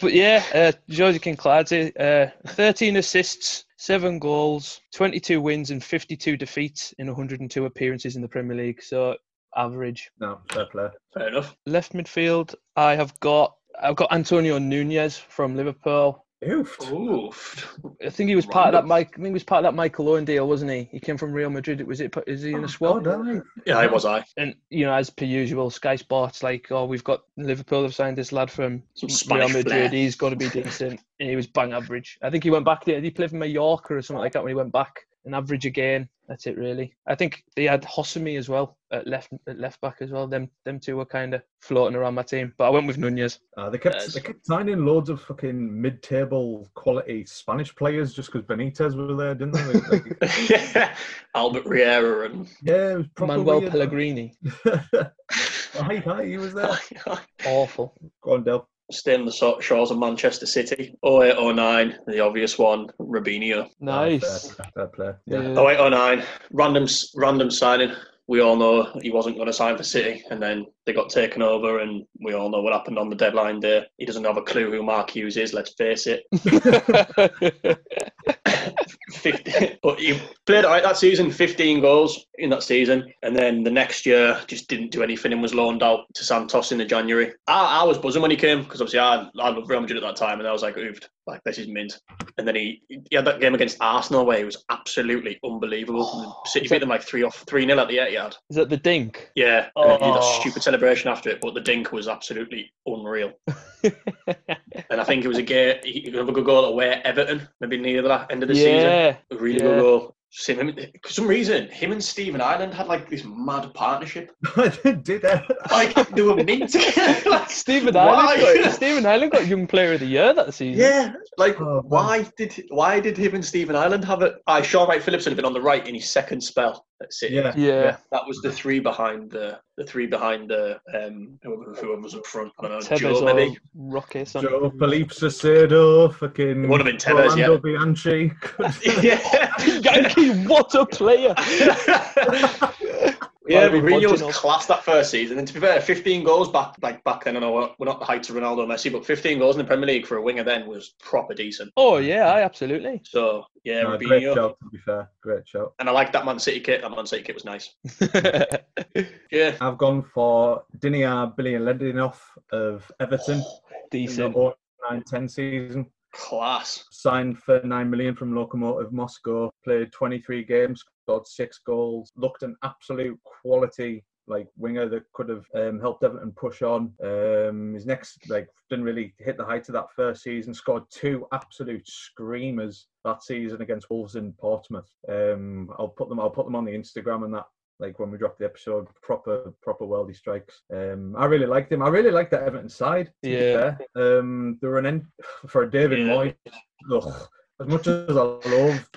Speaker 5: But yeah, uh, Georgie Kinclarty, uh, 13 assists, 7 goals, 22 wins and 52 defeats in 102 appearances in the Premier League. So average.
Speaker 6: no fair play.
Speaker 7: Fair enough.
Speaker 5: Left midfield, I have got I've got Antonio Nunez from Liverpool.
Speaker 6: Oofed.
Speaker 7: Oof.
Speaker 5: I think he was part of that
Speaker 7: Random.
Speaker 5: Mike. I think he was part of that Michael Owen deal, wasn't he? He came from Real Madrid. Was it? Is he in the
Speaker 6: Well
Speaker 5: squad?
Speaker 6: done.
Speaker 7: Yeah, it was I.
Speaker 5: and you know, as per usual, Sky Sports like, oh, we've got Liverpool have signed this lad from
Speaker 7: Some
Speaker 5: Real
Speaker 7: Spanish
Speaker 5: Madrid.
Speaker 7: flair.
Speaker 5: He's got to be decent. and he was bang average. I think he went back there. He played for Mallorca or something like that when he went back. An average again. That's it, really. I think they had Hosami as well at left at left back as well. Them them two were kind of floating around my team, but I went with Nunez.
Speaker 6: Uh, they kept
Speaker 7: Yes.
Speaker 6: they kept signing loads of fucking mid-table quality Spanish players just because Benitez was there, didn't they? Like, like,
Speaker 7: Albert Riera and
Speaker 6: yeah, it was proper
Speaker 5: Manuel
Speaker 6: weird.
Speaker 5: Pellegrini,
Speaker 6: Aye, aye, he was there.
Speaker 5: awful.
Speaker 6: Go on, Del.
Speaker 7: stay on the so- shores of Manchester City. 0809, the obvious one, Robinho.
Speaker 5: Nice.
Speaker 6: Uh, Fair, fair play. Yeah.
Speaker 7: Oh,
Speaker 5: Yeah.
Speaker 7: 0809, random s- random signing. We all know he wasn't going to sign for City, and then they got taken over, and we all know what happened on the deadline day. He doesn't have a clue who Mark Hughes is. Let's face it. 50, But he played all right that season, 15 goals in that season. And then the next year, just didn't do anything and was loaned out to Santos in the January. I, I was buzzing when he came because obviously I, I loved Real Madrid at that time and I was like, oofed, like this is mint. And then he, he had that game against Arsenal where he was absolutely unbelievable.
Speaker 5: Oh.
Speaker 7: City beat them like 3 off 3 nil at the Etihad.
Speaker 5: Is that the dink?
Speaker 7: Yeah. And then he did
Speaker 5: Oh.
Speaker 7: that stupid celebration after it, but the dink was absolutely unreal. and I think it was a game, he he had a good goal away at Everton, maybe near the la- end of the season.
Speaker 5: yeah.
Speaker 7: A really
Speaker 5: Yeah.
Speaker 7: good goal. Same, him, for some reason, him and Steven Ireland had like this mad partnership.
Speaker 6: Did that?
Speaker 7: Like they were mint. like,
Speaker 5: Stephen
Speaker 7: why?
Speaker 5: Ireland. Got, Stephen Ireland got Young Player of the Year that season.
Speaker 7: yeah, like
Speaker 6: Oh, man.
Speaker 7: why did why did him and Steven Ireland have it? I Sean Wright Phillips had been on the right in his second spell. at City.
Speaker 6: Yeah.
Speaker 5: Yeah.
Speaker 7: That was the three behind the the three behind the um whoever, whoever was up front. I don't know,
Speaker 5: Tevez
Speaker 7: Joe
Speaker 5: or
Speaker 7: maybe.
Speaker 5: Rocky. something.
Speaker 6: Joe Felipe Sacedo, fucking.
Speaker 7: It would've been Tevez, yeah.
Speaker 6: Orlando Bianchi.
Speaker 7: yeah.
Speaker 5: Yankee, what a player!
Speaker 7: Yeah,
Speaker 5: Well, we've
Speaker 7: Mourinho was
Speaker 5: watching us.
Speaker 7: class that first season, and to be fair, 15 goals back like back then. I know we're- we're not the heights of Ronaldo, and Messi, but 15 goals in the Premier League for a winger then was proper decent.
Speaker 5: Oh yeah, I absolutely.
Speaker 7: So yeah,
Speaker 6: No, Uh, great
Speaker 7: Mourinho,
Speaker 6: shout, to be fair. Great shout.
Speaker 7: and I liked that Man City kit. That Man City kit was nice. Yeah,
Speaker 6: I've gone for Dinia Billion Ledinov of Everton in the
Speaker 5: Decent.
Speaker 6: 09-10 season.
Speaker 7: class.
Speaker 6: Signed for 9 million from Lokomotiv Moscow, played 23 games, scored six goals, looked an absolute quality like winger that could have um, helped Everton push on. Um, his next like didn't really hit the height of that first season. Scored two absolute screamers that season against Wolves in Portsmouth. Um, I'll put them. I'll put them on the Instagram and that. Like when we dropped the episode, proper proper worldy strikes. Um, I really liked him. I really liked that Everton side. to be
Speaker 5: Yeah.
Speaker 6: fair. Um, they were an end for David
Speaker 7: Yeah.
Speaker 6: Moyes. Ugh, as much as I love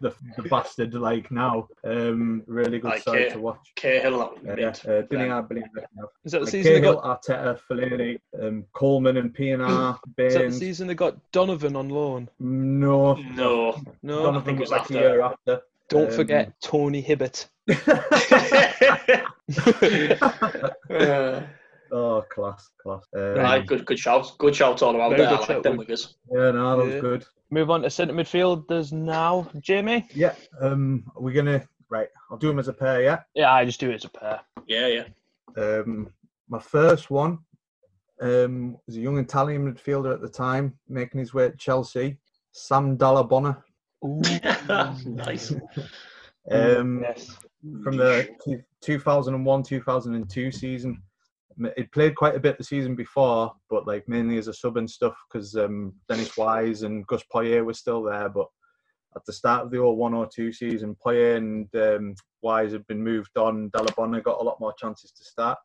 Speaker 6: the, the bastard, like now, um, really good
Speaker 7: Like,
Speaker 6: side
Speaker 7: yeah.
Speaker 6: to watch.
Speaker 7: Cahill, that was
Speaker 6: Yeah,
Speaker 7: mint.
Speaker 6: uh, Billy Hart, Billy Hart, yeah.
Speaker 5: Is that the
Speaker 6: Like
Speaker 5: season they
Speaker 6: Cahill,
Speaker 5: got?
Speaker 6: Arteta, Fellaini, um, Coleman, and PNR.
Speaker 5: Is that the
Speaker 6: Baines.
Speaker 5: season they got Donovan on loan?
Speaker 6: No,
Speaker 7: No,
Speaker 5: No.
Speaker 6: Donovan
Speaker 7: think it was
Speaker 6: like a
Speaker 7: after.
Speaker 6: year after.
Speaker 5: Don't
Speaker 6: Um,
Speaker 5: forget Tony Hibbert.
Speaker 6: oh, class, class. Um,
Speaker 7: right, good, good shout, good shout all around
Speaker 5: Very
Speaker 7: there. I
Speaker 5: good
Speaker 7: like
Speaker 5: shout,
Speaker 7: them
Speaker 5: Luke.
Speaker 7: wingers.
Speaker 6: Yeah, no, that was
Speaker 5: Yeah.
Speaker 6: good.
Speaker 5: Move on to centre midfield. There's now Jamie.
Speaker 6: Yeah, um, we're gonna right. I'll do them as a pair. Yeah.
Speaker 5: Yeah, I just do it as a pair.
Speaker 7: Yeah, yeah.
Speaker 6: Um, my first one um, was a young Italian midfielder at the time, making his way to Chelsea, Sam Dallabona.
Speaker 5: Ooh.
Speaker 7: nice.
Speaker 5: Mm,
Speaker 6: Um,
Speaker 5: yes.
Speaker 6: from the 2001 2002 season. M- It played quite a bit the season before, but like mainly as a sub and stuff because um, Dennis Wise and Gus Poyet were still there. But at the start of the 01 02 season, Poyet and um, Wise had been moved on. Dalabona got a lot more chances to start.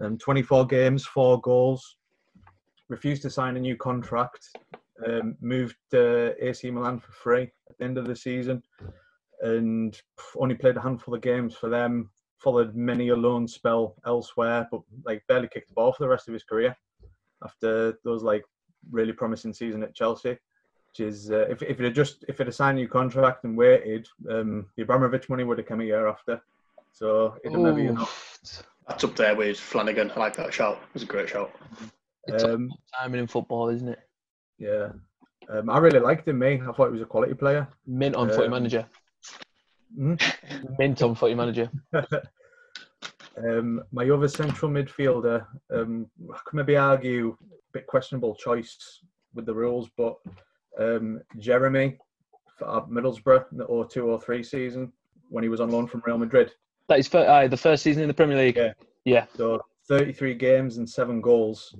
Speaker 6: Um, 24 games, four goals. Refused to sign a new contract. Um, moved uh, AC Milan for free at the end of the season and only played a handful of games for them. Followed many a loan spell elsewhere, but like barely kicked the ball for the rest of his career after those like really promising season at Chelsea. Which is uh, if if it had just if it had signed a new contract and waited, um, the Abramovich money would have come a year after. So it maybe you know,
Speaker 5: Oof.
Speaker 7: That's up there with Flanagan. I like that shout. It was a great shout.
Speaker 5: It's a
Speaker 6: um,
Speaker 5: timing in football, isn't it?
Speaker 6: yeah. Um, I really liked him, mate. I thought he was a quality player.
Speaker 5: Mint on footy
Speaker 6: Um,
Speaker 5: manager.
Speaker 6: Hmm?
Speaker 5: Mint on footy manager.
Speaker 6: Um, my other central midfielder, um, I could maybe argue a bit questionable choice with the rules, but um, Jeremy for uh, Middlesbrough in the 02 03 season when he was on loan from Real Madrid.
Speaker 5: That is fir- aye, the first season in the Premier League.
Speaker 6: Yeah. So 33 games and seven goals.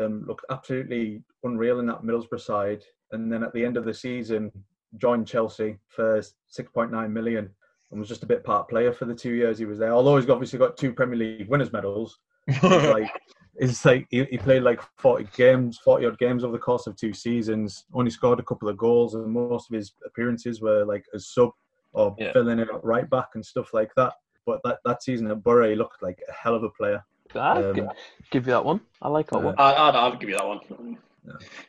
Speaker 6: Um, looked absolutely unreal in that Middlesbrough side. And then at the end of the season, joined Chelsea for 6.9 million and was just a bit part player for the two years he was there. Although he's obviously got two Premier League winners' medals. It's like it's like he, he played like 40 games 40 odd games over the course of two seasons only scored a couple of goals and most of his appearances were like as sub or
Speaker 5: Yeah.
Speaker 6: filling in at right back and stuff like that but that, that season at Borough he looked like a hell of a player
Speaker 5: I'd
Speaker 6: Um,
Speaker 5: gi- Ah, give you that one. I like that
Speaker 6: uh,
Speaker 5: one.
Speaker 7: I, I'd, I'd give you that one.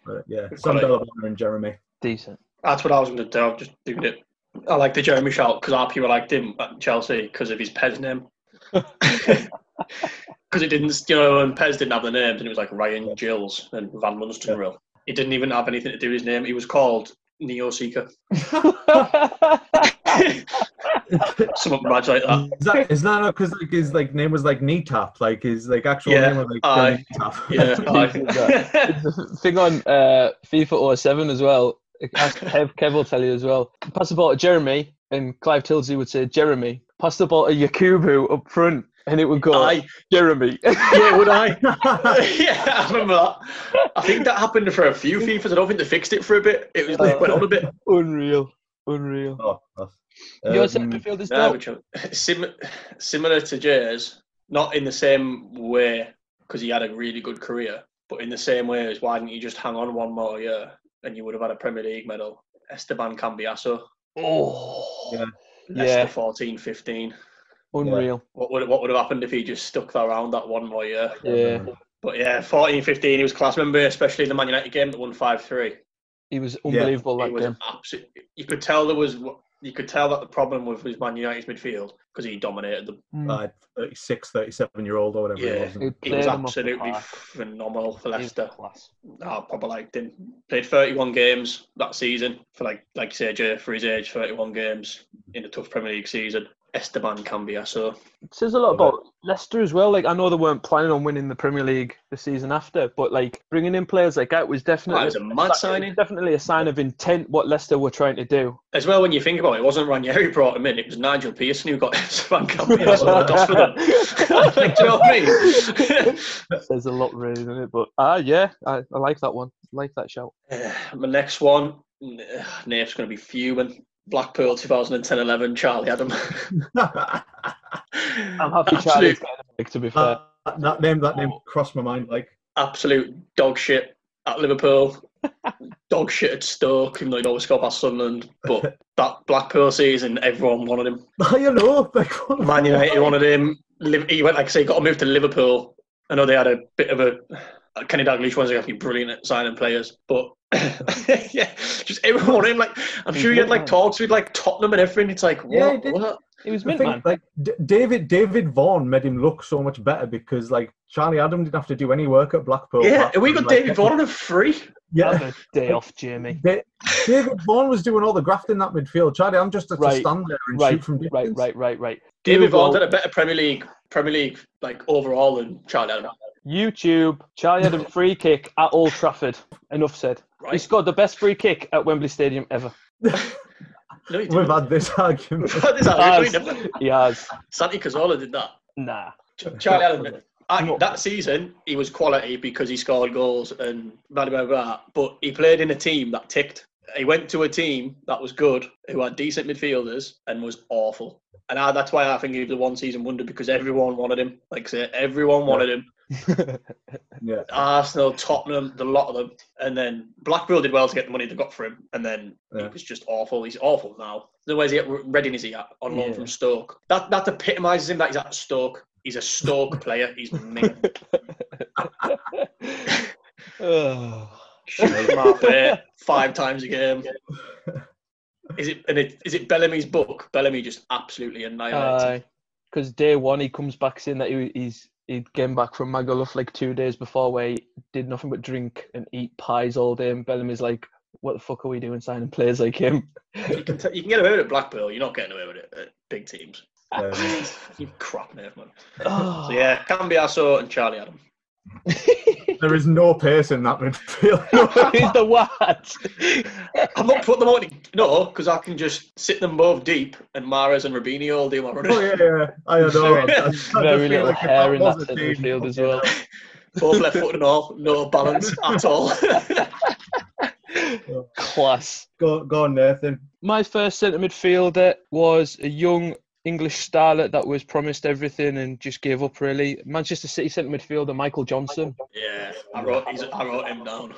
Speaker 6: but yeah Sam
Speaker 7: Quality.
Speaker 6: Delabona and Jeremy
Speaker 5: Decent.
Speaker 7: That's what I was going to do. I'm just doing it. I like the Jeremy shout because our people liked him at Chelsea because of his Pez name. Because it didn't, you know, and Pez didn't have the names, and it was like Ryan Gills and Van Munsterville. It didn't even have anything to do with his name. He was called Neo Seeker. Something mad like that.
Speaker 6: Is that is that because like his like name was like knee tap? Like his like actual
Speaker 7: Yeah,
Speaker 6: name was like
Speaker 7: aye.
Speaker 6: knee tap.
Speaker 7: Yeah. aye.
Speaker 5: The thing on uh, FIFA 07 as well. Ask Kev, Kev will tell you as well. Pass the ball to Jeremy, and Clive Tilsey would say, Jeremy, pass the ball to Yakubu up front, and it would go,
Speaker 7: Aye.
Speaker 5: Jeremy.
Speaker 7: Yeah, would I? yeah, I remember that. I think that happened for a few FIFAs. I don't think they fixed it for a bit. It was it went on a bit.
Speaker 5: Unreal. Unreal.
Speaker 6: Oh, that's-
Speaker 5: Your
Speaker 6: um,
Speaker 5: centre midfield is
Speaker 7: No,
Speaker 5: no.
Speaker 7: which sim, similar to Jay's, not in the same way because he had a really good career, but in the same way as why didn't you just hang on one more year and you would have had a Premier League medal? Esteban Cambiaso,
Speaker 5: Oh.
Speaker 6: Yeah.
Speaker 5: Yeah.
Speaker 7: Leicester 14 15.
Speaker 5: Unreal.
Speaker 7: What would, what would have happened if he just stuck that around that one more year?
Speaker 5: Yeah.
Speaker 7: But yeah, 14 15, he was class. Remember, especially the Man United game that won 5 3.
Speaker 5: He was unbelievable
Speaker 7: It
Speaker 5: that
Speaker 7: was
Speaker 5: game.
Speaker 7: absolute. You could tell there was. You could tell that the problem with was Man United's midfield because he dominated them.
Speaker 6: uh, 36, 37 year old or whatever
Speaker 7: Yeah.
Speaker 6: it was.
Speaker 5: He
Speaker 7: He
Speaker 5: played
Speaker 7: was
Speaker 5: him off the
Speaker 7: absolutely
Speaker 5: park.
Speaker 7: phenomenal for
Speaker 5: He was
Speaker 7: Leicester.
Speaker 5: class.
Speaker 7: I probably liked him. Played 31 games that season for like like you say, Jay, for his age, 31 games in a tough Premier League season. Esteban Cambia, so
Speaker 5: says a lot
Speaker 6: Love
Speaker 5: about Leicester as well. Like I know they weren't planning on winning the Premier League the season after, but like bringing in players like that was definitely
Speaker 7: That was a mad
Speaker 5: it's
Speaker 7: signing.
Speaker 5: Definitely a sign of intent what Leicester were trying to do.
Speaker 7: as well when you think about it, it wasn't Ranieri brought him in, it was Nigel Pearson who got Esteban Cambia so that's for them. like, do you know what I mean?
Speaker 5: Says a lot, really, doesn't it? But ah, yeah, I, I like that one. like that shout.
Speaker 7: Uh, My next one, n- Nate's going to be fuming. Blackpool 2010-11, Charlie Adam.
Speaker 5: I'm happy Charlie's
Speaker 7: absolute,
Speaker 5: getting a pick. To be fair,
Speaker 6: that, that name that name crossed my mind like
Speaker 7: absolute dog shit at Liverpool. dog shit at Stoke, even though he'd always score past Sunderland. But that Blackpool season, everyone wanted him.
Speaker 6: I don't know like,
Speaker 7: Man United wanted him. Liv- He went, like I say, got a move to Liverpool. I know they had a bit of a... Kenny Dalglish was actually brilliant at signing players, but yeah, just everyone wanted him. Like I'm sure he had like talks with like Tottenham and everything. It's like, what?
Speaker 6: Yeah, he did.
Speaker 7: what?
Speaker 5: he was
Speaker 6: I
Speaker 5: mint man.
Speaker 6: think, like D- David David Vaughan made him look so much better because like Charlie Adam didn't have to do any work at Blackpool.
Speaker 7: Yeah,
Speaker 6: apart
Speaker 7: and we
Speaker 6: from,
Speaker 7: got
Speaker 6: like,
Speaker 7: David Vaughan on a free.
Speaker 6: Yeah,
Speaker 5: Have a day off, Jamie.
Speaker 6: Da- David Vaughan was doing all the graft in that midfield. Charlie, I'm just to
Speaker 5: Right,
Speaker 6: stand there and
Speaker 5: Right,
Speaker 6: shoot from
Speaker 5: right,
Speaker 6: distance.
Speaker 5: right, right, right.
Speaker 7: David
Speaker 5: Google,
Speaker 7: Vaughan had a better Premier League, Premier League like overall than Charlie Adam.
Speaker 5: YouTube. Charlie had a free kick at Old Trafford. Enough said. He
Speaker 7: Right?
Speaker 5: scored the best free kick at Wembley Stadium ever.
Speaker 7: No, he
Speaker 6: We've
Speaker 7: didn't.
Speaker 6: had this argument.
Speaker 7: This happened, no, he didn't.
Speaker 5: He has.
Speaker 7: Santi Cazorla did that.
Speaker 5: Nah.
Speaker 7: Ch- Charlie Adam. I, that season, he was quality because he scored goals and blah, blah, blah. But he played in a team that ticked. He went to a team that was good, who had decent midfielders, and was awful. And I, that's why I think he was a one season wonder because everyone wanted him. Like I say, everyone wanted him.
Speaker 6: yeah.
Speaker 7: Arsenal, Tottenham, the lot of them, and then Blackpool did well to get the money they got for him, and then
Speaker 6: Yeah.
Speaker 7: it was just awful. He's awful now. The way he at Reading is he at on loan
Speaker 5: Yeah.
Speaker 7: from Stoke. That that epitomises him that he's at Stoke. He's a Stoke player. He's mean.
Speaker 6: Oh.
Speaker 7: Shoots from half there, five times a game. Is it and it, is it Bellamy's book? Bellamy just absolutely annihilated.
Speaker 5: because day one he comes back saying that he, he's he came back from Magaluf like two days before where he did nothing but drink and eat pies all day, and Bellamy's like, "What the fuck are we doing signing players like him?"
Speaker 7: you, can t- you can get away with it at Blackpool. You're not getting away with it at big teams.
Speaker 6: Um,
Speaker 7: you crap, nerve man.
Speaker 5: Oh,
Speaker 7: So yeah, Cambiaso and Charlie Adam.
Speaker 6: there is no pace in that midfield. Oh,
Speaker 5: He's the what?
Speaker 7: I'm not putting them on. No, because I can just sit them both deep, and Mares and Rabini all do my running.
Speaker 6: oh yeah, yeah. I don't know. I- I- I just
Speaker 5: Very
Speaker 6: feel
Speaker 5: little
Speaker 6: like if
Speaker 5: hair in
Speaker 6: was
Speaker 5: that
Speaker 6: a
Speaker 5: centre
Speaker 6: team-
Speaker 5: midfield as well.
Speaker 7: both left foot and all, no balance at all.
Speaker 5: Class.
Speaker 6: Go, go on, Nathan.
Speaker 5: My first centre midfielder was a young English starlet that was promised everything and just gave up. Really, Manchester City centre midfielder Michael Johnson.
Speaker 7: yeah, I wrote, he's, I wrote him down.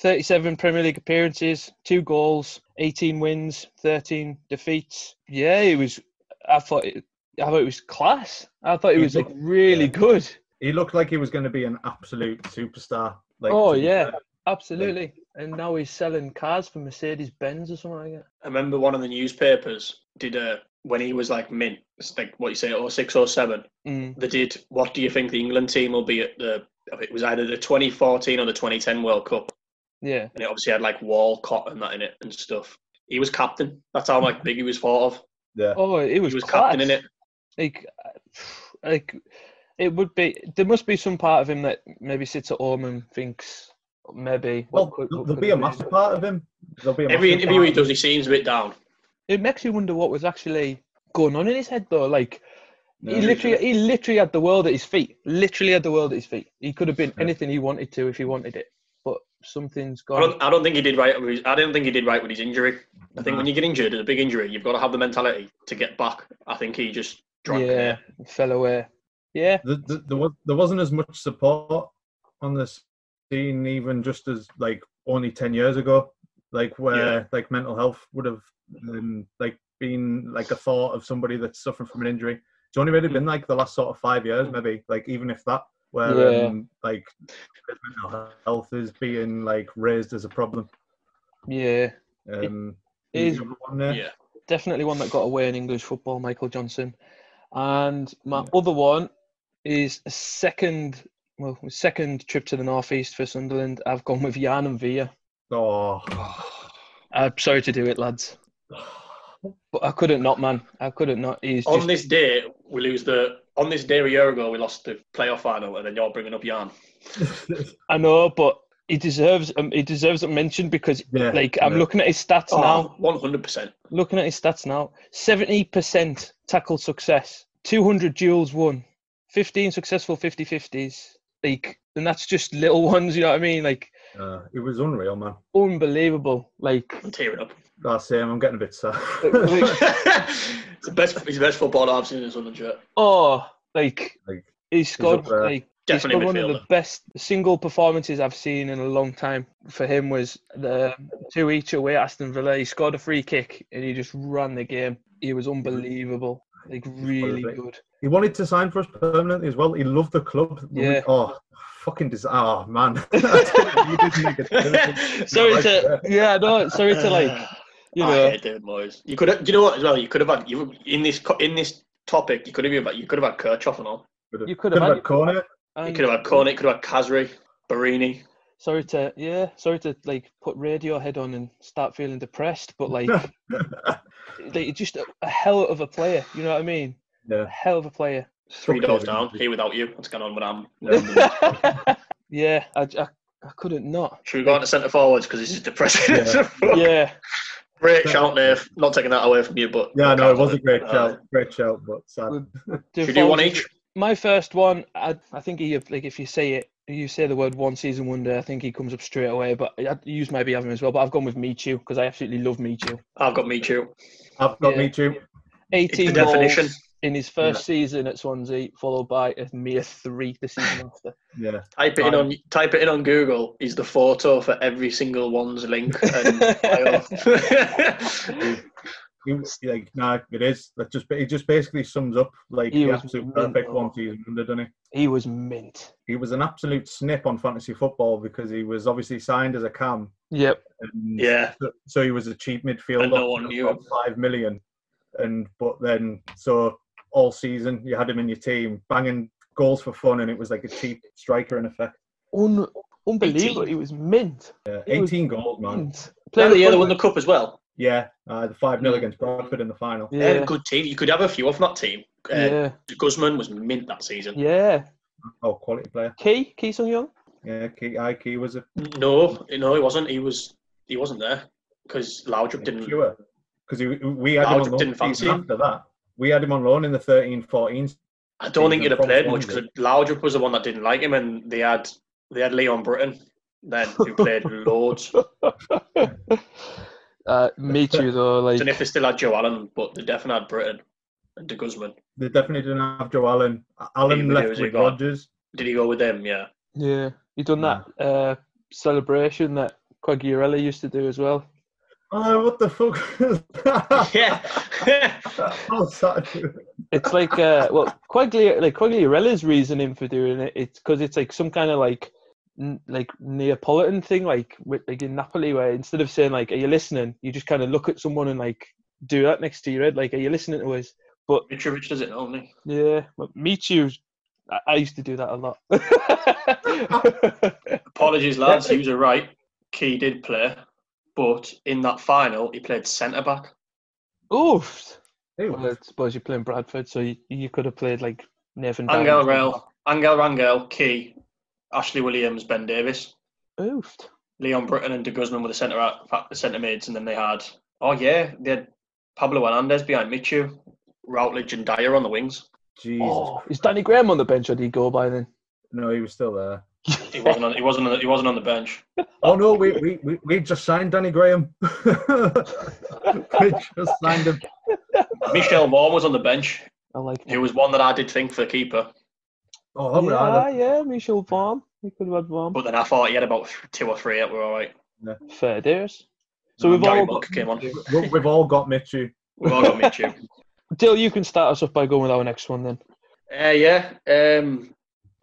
Speaker 5: 37 Premier League appearances, two goals, 18 wins, 13 defeats. Yeah, it was. I thought it, I thought it was class. I thought it
Speaker 6: He
Speaker 5: was like
Speaker 6: looked-
Speaker 5: really
Speaker 6: yeah.
Speaker 5: good.
Speaker 6: He looked like he was going to be an absolute superstar. Like,
Speaker 5: oh
Speaker 6: to be
Speaker 5: yeah,
Speaker 6: fair.
Speaker 5: absolutely. And now he's selling cars for Mercedes Benz or something like that.
Speaker 7: I remember one of the newspapers did a when he was like mint, it's like what you say, 06, 07,
Speaker 5: Mm.
Speaker 7: They did. What do you think the England team will be at the? It was either the 2014 or the 2010 World Cup,
Speaker 5: Yeah.
Speaker 7: and it obviously had like Walcott and that in it and stuff. He was captain. That's how like big he was thought of.
Speaker 6: Yeah.
Speaker 5: Oh, it was,
Speaker 7: He was
Speaker 5: class.
Speaker 7: captain in it.
Speaker 5: Like, like it would be. There must be some part of him that maybe sits at home and thinks maybe. what
Speaker 6: Well,
Speaker 5: could- what
Speaker 6: there'll
Speaker 5: could
Speaker 6: be a
Speaker 5: have been.
Speaker 6: master part of him. There'll be a
Speaker 7: Every
Speaker 6: massive
Speaker 7: interview he
Speaker 6: part of
Speaker 7: does, he seems a bit down.
Speaker 5: It makes you wonder what was actually going on in his head though. Like
Speaker 6: him.
Speaker 5: he literally, he literally had the world at his feet. Literally had the world at his feet. He could have been anything he wanted to if he wanted it, but something's
Speaker 7: I
Speaker 5: gone.
Speaker 7: don't, I don't think he did right. With his, I don't think he did right with his injury. I think when you get injured, it's a big injury. You've got to have the mentality to get back. I think he just drank
Speaker 5: Yeah, fell away. Yeah,
Speaker 6: the, the, there, was, there wasn't as much support on the scene even just as like only 10 years ago like where like mental health would have um, like been like a thought of somebody that's suffering from an injury it's only
Speaker 5: Hmm.
Speaker 6: really been like the last sort of five years maybe like even if that where
Speaker 5: Yeah.
Speaker 6: um, like mental health is being like raised as a problem
Speaker 5: yeah.
Speaker 6: um
Speaker 5: It is-
Speaker 6: you got one there?
Speaker 7: Yeah.
Speaker 5: definitely one that got away in English football, Michael Johnson. And my other one is a second, well, second trip to the northeast for Sunderland. I've gone with Jan and Villa.
Speaker 6: oh
Speaker 5: I'm sorry to do it, lads, but I couldn't not, man. I couldn't not. He's
Speaker 7: on
Speaker 5: just,
Speaker 7: this day, we lose the. On this day a year ago, we lost the playoff final, and then you're bringing up Jan.
Speaker 5: I know, but he deserves um, he deserves it mentioned because,
Speaker 6: Yeah, Oh.
Speaker 5: like, I'm
Speaker 6: yeah.
Speaker 5: looking at his stats now.
Speaker 7: Now, one hundred percent.
Speaker 5: Looking at his stats now, 70% tackle success, 200 duels won, 15 successful 50 50s. Like, and that's just little ones, you know what I mean? Like,
Speaker 6: uh, it was unreal man
Speaker 5: unbelievable. Like,
Speaker 7: I'm tearing up.
Speaker 6: that's him i'm getting a bit sad
Speaker 5: like,
Speaker 7: it's the best. He's the best footballer I've seen in a Sunderland shirt.
Speaker 5: oh, like,
Speaker 6: Like,
Speaker 5: he scored,
Speaker 6: up there.
Speaker 5: like, he
Speaker 7: Definitely
Speaker 5: scored one of the
Speaker 7: midfielder.
Speaker 5: best single performances I've seen in a long time for him was the two each away at Aston Villa. He scored a free kick and he just ran the game. He was unbelievable. Like, really
Speaker 6: Unbelievable.
Speaker 5: good.
Speaker 6: He wanted to sign for us permanently as well. He loved the club. We-
Speaker 5: Yeah.
Speaker 6: Oh, fucking dis- Oh man. you didn't make it.
Speaker 5: Sorry to, yeah, no, sorry to, like, you
Speaker 7: I
Speaker 5: know,
Speaker 7: hate David Moyes. You could have, do you know what as well? You could have had you in this co- in this topic. You could have been, you could have had Kirchhoff and all.
Speaker 5: You could have had-
Speaker 6: corner.
Speaker 7: You
Speaker 5: and
Speaker 7: could have had Cornet. You could have had Kazri, Barini.
Speaker 5: sorry to, yeah, sorry to, like, put Radiohead on and start feeling depressed, but, like, like just a, a hell of a player, you know what I mean?
Speaker 6: Yeah.
Speaker 5: A hell of a player.
Speaker 7: Three
Speaker 6: Fuck
Speaker 7: doors
Speaker 6: David
Speaker 7: down.
Speaker 6: Moyes.
Speaker 7: Here without you. What's going on with Am?
Speaker 5: yeah, I, I, I couldn't not.
Speaker 7: Should we go on to centre forwards because this is depressing. as a fuck.
Speaker 5: Yeah,
Speaker 7: Great shout, Dave. Not taking that away from you, but
Speaker 6: Yeah, no, it was a great
Speaker 7: Uh,
Speaker 6: shout. Great shout, but sad.
Speaker 5: Do
Speaker 7: Should we do one
Speaker 5: Fonzie-
Speaker 7: each?
Speaker 5: My first one, I, I think he like if you say it, you say the word one season wonder, I think he comes up straight away. But I use might be having as well. But I've gone with Michu because I absolutely love Michu.
Speaker 7: I've got me too.
Speaker 6: I've got
Speaker 5: yeah.
Speaker 6: me too.
Speaker 7: It's the
Speaker 5: Eighteen
Speaker 7: definition.
Speaker 5: goals in his first season at Swansea, followed by a mere three the season after.
Speaker 6: Yeah.
Speaker 7: Type it in on type it in on Google. Is the photo for every single one's link? And bio.
Speaker 6: He was- like, nah, it is. That just it just basically sums up like
Speaker 5: He
Speaker 6: the
Speaker 5: was
Speaker 6: absolute
Speaker 5: mental.
Speaker 6: perfect one season under, doesn't he?
Speaker 5: He was mint.
Speaker 6: He was an absolute snip on fantasy football because he was obviously signed as a cam.
Speaker 5: Yep.
Speaker 6: And
Speaker 7: yeah,
Speaker 6: So- so he was a cheap midfielder.
Speaker 7: And no one knew
Speaker 6: about
Speaker 7: him.
Speaker 6: five million, and but then so all season you had him in your team, banging goals for fun, and it was like a cheap striker in effect.
Speaker 5: Un- unbelievable. He was mint.
Speaker 6: Yeah,
Speaker 5: He was- Hmm.
Speaker 6: eighteen goals, man.
Speaker 5: mint. Player
Speaker 7: Player of the year that won the cup as well.
Speaker 6: Yeah, uh, the five
Speaker 7: Hmm.
Speaker 6: 0
Speaker 5: Yeah.
Speaker 6: against Bradford in the final.
Speaker 7: They had
Speaker 5: Yeah.
Speaker 7: a good team. You could have a few off that team. Uh,
Speaker 5: Yeah.
Speaker 7: Guzman was mint that season.
Speaker 5: Yeah.
Speaker 6: Oh, quality player.
Speaker 5: Key. Key Sung Young.
Speaker 6: Yeah, Key, I, Key was a
Speaker 7: No, no, he wasn't. He was he wasn't there because Laudrup didn't.
Speaker 6: pure because we had him
Speaker 7: Aldridge
Speaker 6: on loan
Speaker 7: didn't fancy
Speaker 6: season
Speaker 7: him.
Speaker 6: after that. We had him on loan in the 13-14
Speaker 7: I don't think he'd have
Speaker 6: From
Speaker 7: played much because
Speaker 6: Swansea.
Speaker 7: Laudrup was the one that didn't like him, and they had they had Leon Britton then who played loads. I
Speaker 5: Uh, Michu though, like
Speaker 7: don't know if they still had Joe Allen, but they definitely had Britton and De Guzman.
Speaker 6: They definitely didn't have Joe Allen. Allen
Speaker 7: He- he
Speaker 6: left
Speaker 7: was a
Speaker 6: with
Speaker 7: god.
Speaker 6: Rodgers.
Speaker 7: Did he go with them? Yeah.
Speaker 5: Yeah, he done that uh, celebration that Quagliarella used to do as well.
Speaker 6: Oh, what the fuck was that?
Speaker 7: Yeah.
Speaker 6: How sad.
Speaker 5: It's like uh, well, Quagli like Quagliarella's reasoning for doing it, it's because it's like some kind of like n- like Neapolitan thing, like with, like in Napoli, where instead of saying like "Are you listening?" you just kind of look at someone and like do that next to your head, like "Are you listening to us?"
Speaker 7: Mitrovic does it only.
Speaker 5: Yeah, but meet you. I, I used to do that a lot.
Speaker 7: Apologies, lads. He was right. Key did play, but in that final he played centre back.
Speaker 5: Oh,
Speaker 6: Hey,
Speaker 5: well,
Speaker 7: Oh.
Speaker 5: I suppose you're playing Bradford, so you, you could have played like Nathan.
Speaker 7: Angel
Speaker 5: Diamond.
Speaker 7: Rel, Angel Rangel, Key, Ashley Williams, Ben Davis,
Speaker 5: Oof.
Speaker 7: Leon Britton, and De Guzman were the centre back- the centre mids, and then they had oh yeah, they had Pablo Hernandez behind Michu, Routledge and Dyer on the wings.
Speaker 6: Jesus.
Speaker 5: Oh, is Danny Graham on the bench or did he go by then?
Speaker 6: No, he was still there.
Speaker 7: He wasn't on, he wasn't on, the- he wasn't on the bench.
Speaker 6: Oh no, we we, we, we just signed Danny Graham. we just signed him.
Speaker 7: Michelle Warren was on the bench.
Speaker 5: I like
Speaker 7: He was one that I did think for keeper,
Speaker 6: Oh, that would
Speaker 5: yeah,
Speaker 6: either.
Speaker 5: yeah, Michel Varm. He could have had Varm.
Speaker 7: but then I thought he had about two or three that were all right.
Speaker 5: Fair dues. So we've
Speaker 7: Gary
Speaker 5: all
Speaker 7: Monk came on.
Speaker 6: We- We've all got Mitchu.
Speaker 7: We've all got Michu.
Speaker 5: Dill, you can start us off by going with our next one then.
Speaker 7: Uh, yeah, um,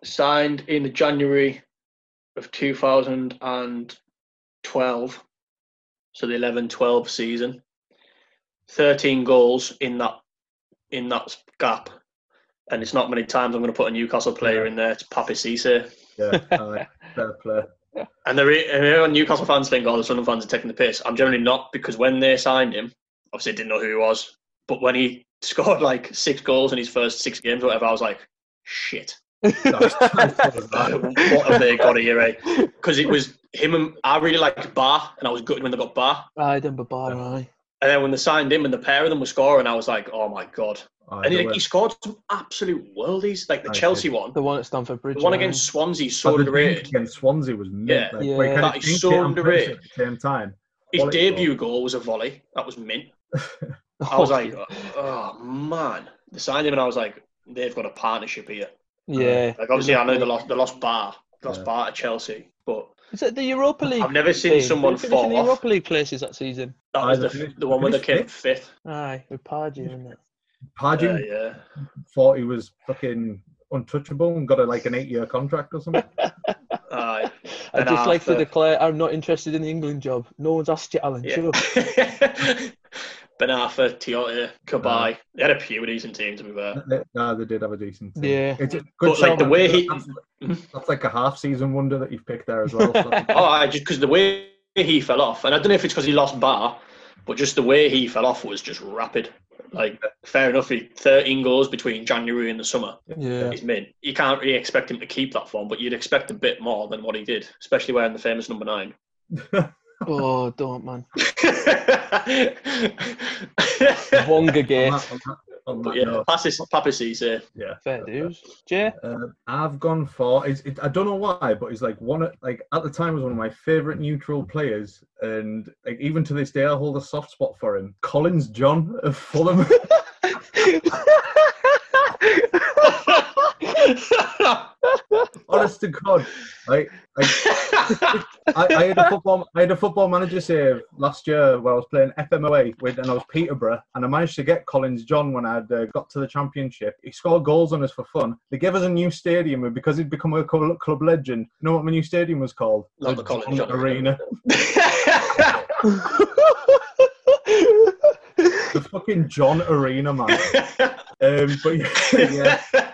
Speaker 7: signed in January of 2012, so the 11-12 season. 13 goals in that in that gap, and it's not many times I'm going to put a Newcastle player in there. It's Papi Cisse.
Speaker 6: Yeah, aye, fair play.
Speaker 7: And the re- and everyone Newcastle fans think, oh, the Sunderland fans are taking the piss. I'm generally not because when they signed him, obviously I didn't know who he was, but when he scored like six goals in his first six games or whatever, I was like, shit.
Speaker 6: That's- that's what it was.
Speaker 7: what have they got here, eh? Because it was him and I really liked Bar, and I was gutted when they got Bar.
Speaker 5: I remember Bar, aye.
Speaker 7: And then when they signed him and the pair of them were scoring, I was like, oh my God.
Speaker 6: Aye,
Speaker 7: And
Speaker 6: they
Speaker 7: he,
Speaker 6: were-
Speaker 7: he scored some absolute worldies, like the
Speaker 6: I
Speaker 7: Chelsea one.
Speaker 5: The one at Stamford Bridge.
Speaker 7: The one
Speaker 5: aye.
Speaker 7: against Swansea,
Speaker 6: but
Speaker 7: so
Speaker 6: the defeat
Speaker 7: underrated.
Speaker 6: against Swansea was mint.
Speaker 7: Yeah.
Speaker 6: like,
Speaker 5: Yeah.
Speaker 6: we kinda
Speaker 7: That is
Speaker 6: think
Speaker 7: so
Speaker 6: it and miss
Speaker 7: underrated.
Speaker 6: it At the same time,
Speaker 7: His
Speaker 6: Quality goal.
Speaker 7: debut goal was a volley. That was mint. I was like, oh man. They signed him and I was like, they've got a partnership here.
Speaker 5: yeah.
Speaker 7: Like obviously I know they lost they lost Bar. They lost
Speaker 6: Yeah.
Speaker 7: Bar to Chelsea. But
Speaker 5: Is it the Europa League?
Speaker 7: I've never seen
Speaker 5: team?
Speaker 7: someone
Speaker 5: Did they finish in
Speaker 7: fall
Speaker 5: the
Speaker 7: off.
Speaker 5: Europa League places that season.
Speaker 7: that was
Speaker 6: Aye,
Speaker 7: the,
Speaker 6: they finished-
Speaker 7: the one where they
Speaker 6: finished
Speaker 7: came
Speaker 6: fifth.
Speaker 7: fifth.
Speaker 5: Aye, with Pardew, isn't it?
Speaker 7: Yeah,
Speaker 6: Pardew
Speaker 7: yeah.
Speaker 6: thought he was fucking untouchable and got a, like an eight-year contract or something.
Speaker 5: I'd
Speaker 7: Aye. And
Speaker 5: just like to
Speaker 7: after-
Speaker 5: declare I'm not interested in the England job. No one's asked you, Alan. Shut
Speaker 7: Yeah.
Speaker 5: up.
Speaker 7: ben Arthur, Toyota, Kabai. They had a few decent teams, to be fair.
Speaker 6: They- no, they did have a decent. Team.
Speaker 5: Yeah.
Speaker 6: It's a good
Speaker 7: But, like, the
Speaker 6: signing.
Speaker 7: way he-
Speaker 6: that's, that's like a half-season wonder that you've picked there as well. So-
Speaker 7: Oh, I just because the way he fell off, and I don't know if it's because he lost Bar, but just the way he fell off was just rapid. Like, fair enough, he 13 goals between January and the summer
Speaker 5: Yeah.
Speaker 7: is mint. You can't really expect him to keep that form, but you'd expect a bit more than what he did, especially wearing the famous number nine.
Speaker 5: Oh, don't, man.
Speaker 7: but
Speaker 5: Wonga
Speaker 6: on
Speaker 5: gate.
Speaker 6: that- on that- on that
Speaker 7: yeah,
Speaker 6: note,
Speaker 7: Passis, Papacy's uh, here.
Speaker 5: Fair dues. Jay?
Speaker 6: Uh, I've gone for. It's, it, I don't know why, but he's like one. of- Like at the time, was one of my favorite neutral players, and like even to this day, I hold a soft spot for him. Collins John of Fulham. Honest to God, like, like I, I had a football. I had a football manager save last year where I was playing FMOA with, and I was Peterborough, and I managed to get Collins John when I had uh, got to the championship. He scored goals on us for fun. They gave us a new stadium, and because he'd become a cl- club legend, you know what my new stadium was called?
Speaker 7: Not the Collins John.
Speaker 6: Arena. the fucking John Arena man. um, but yeah, yeah.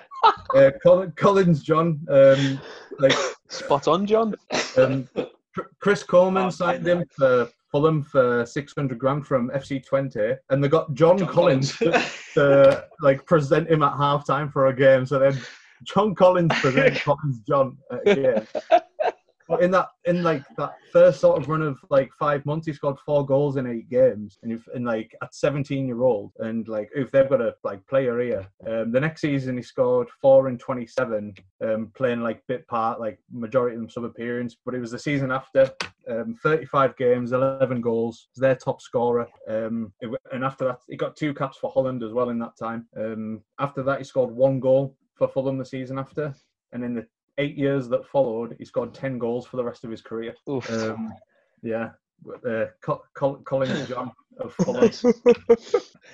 Speaker 6: Uh, Colin, Collins John, um, like
Speaker 5: Spot on, John.
Speaker 6: um, Cr- Chris Coleman
Speaker 7: Oh,
Speaker 6: signed
Speaker 7: yeah.
Speaker 6: him for Fulham for six hundred grand from FC Twenty, and they got John,
Speaker 7: John
Speaker 6: Collins, to, to, like present him at half time for a game. So then John Collins present Collins John at a game. But in that, in like that first sort of run of like five months, he scored four goals in eight games, and if, and like at 17 year old, and like if they've got a like player here, um, the next season he scored four and 27, um, playing like bit part, like majority of them sub appearance. But it was the season after, um, 35 games, 11 goals, was their top scorer. Um, it w- and after that, he got two caps for Holland as well in that time. Um, after that, he scored one goal for Fulham the season after, and in the eight years that followed, he scored 10 goals for the rest of his career.
Speaker 5: Oof.
Speaker 6: Um, yeah, with, uh, Col- Col- Colin John of Fulham.
Speaker 7: Nice.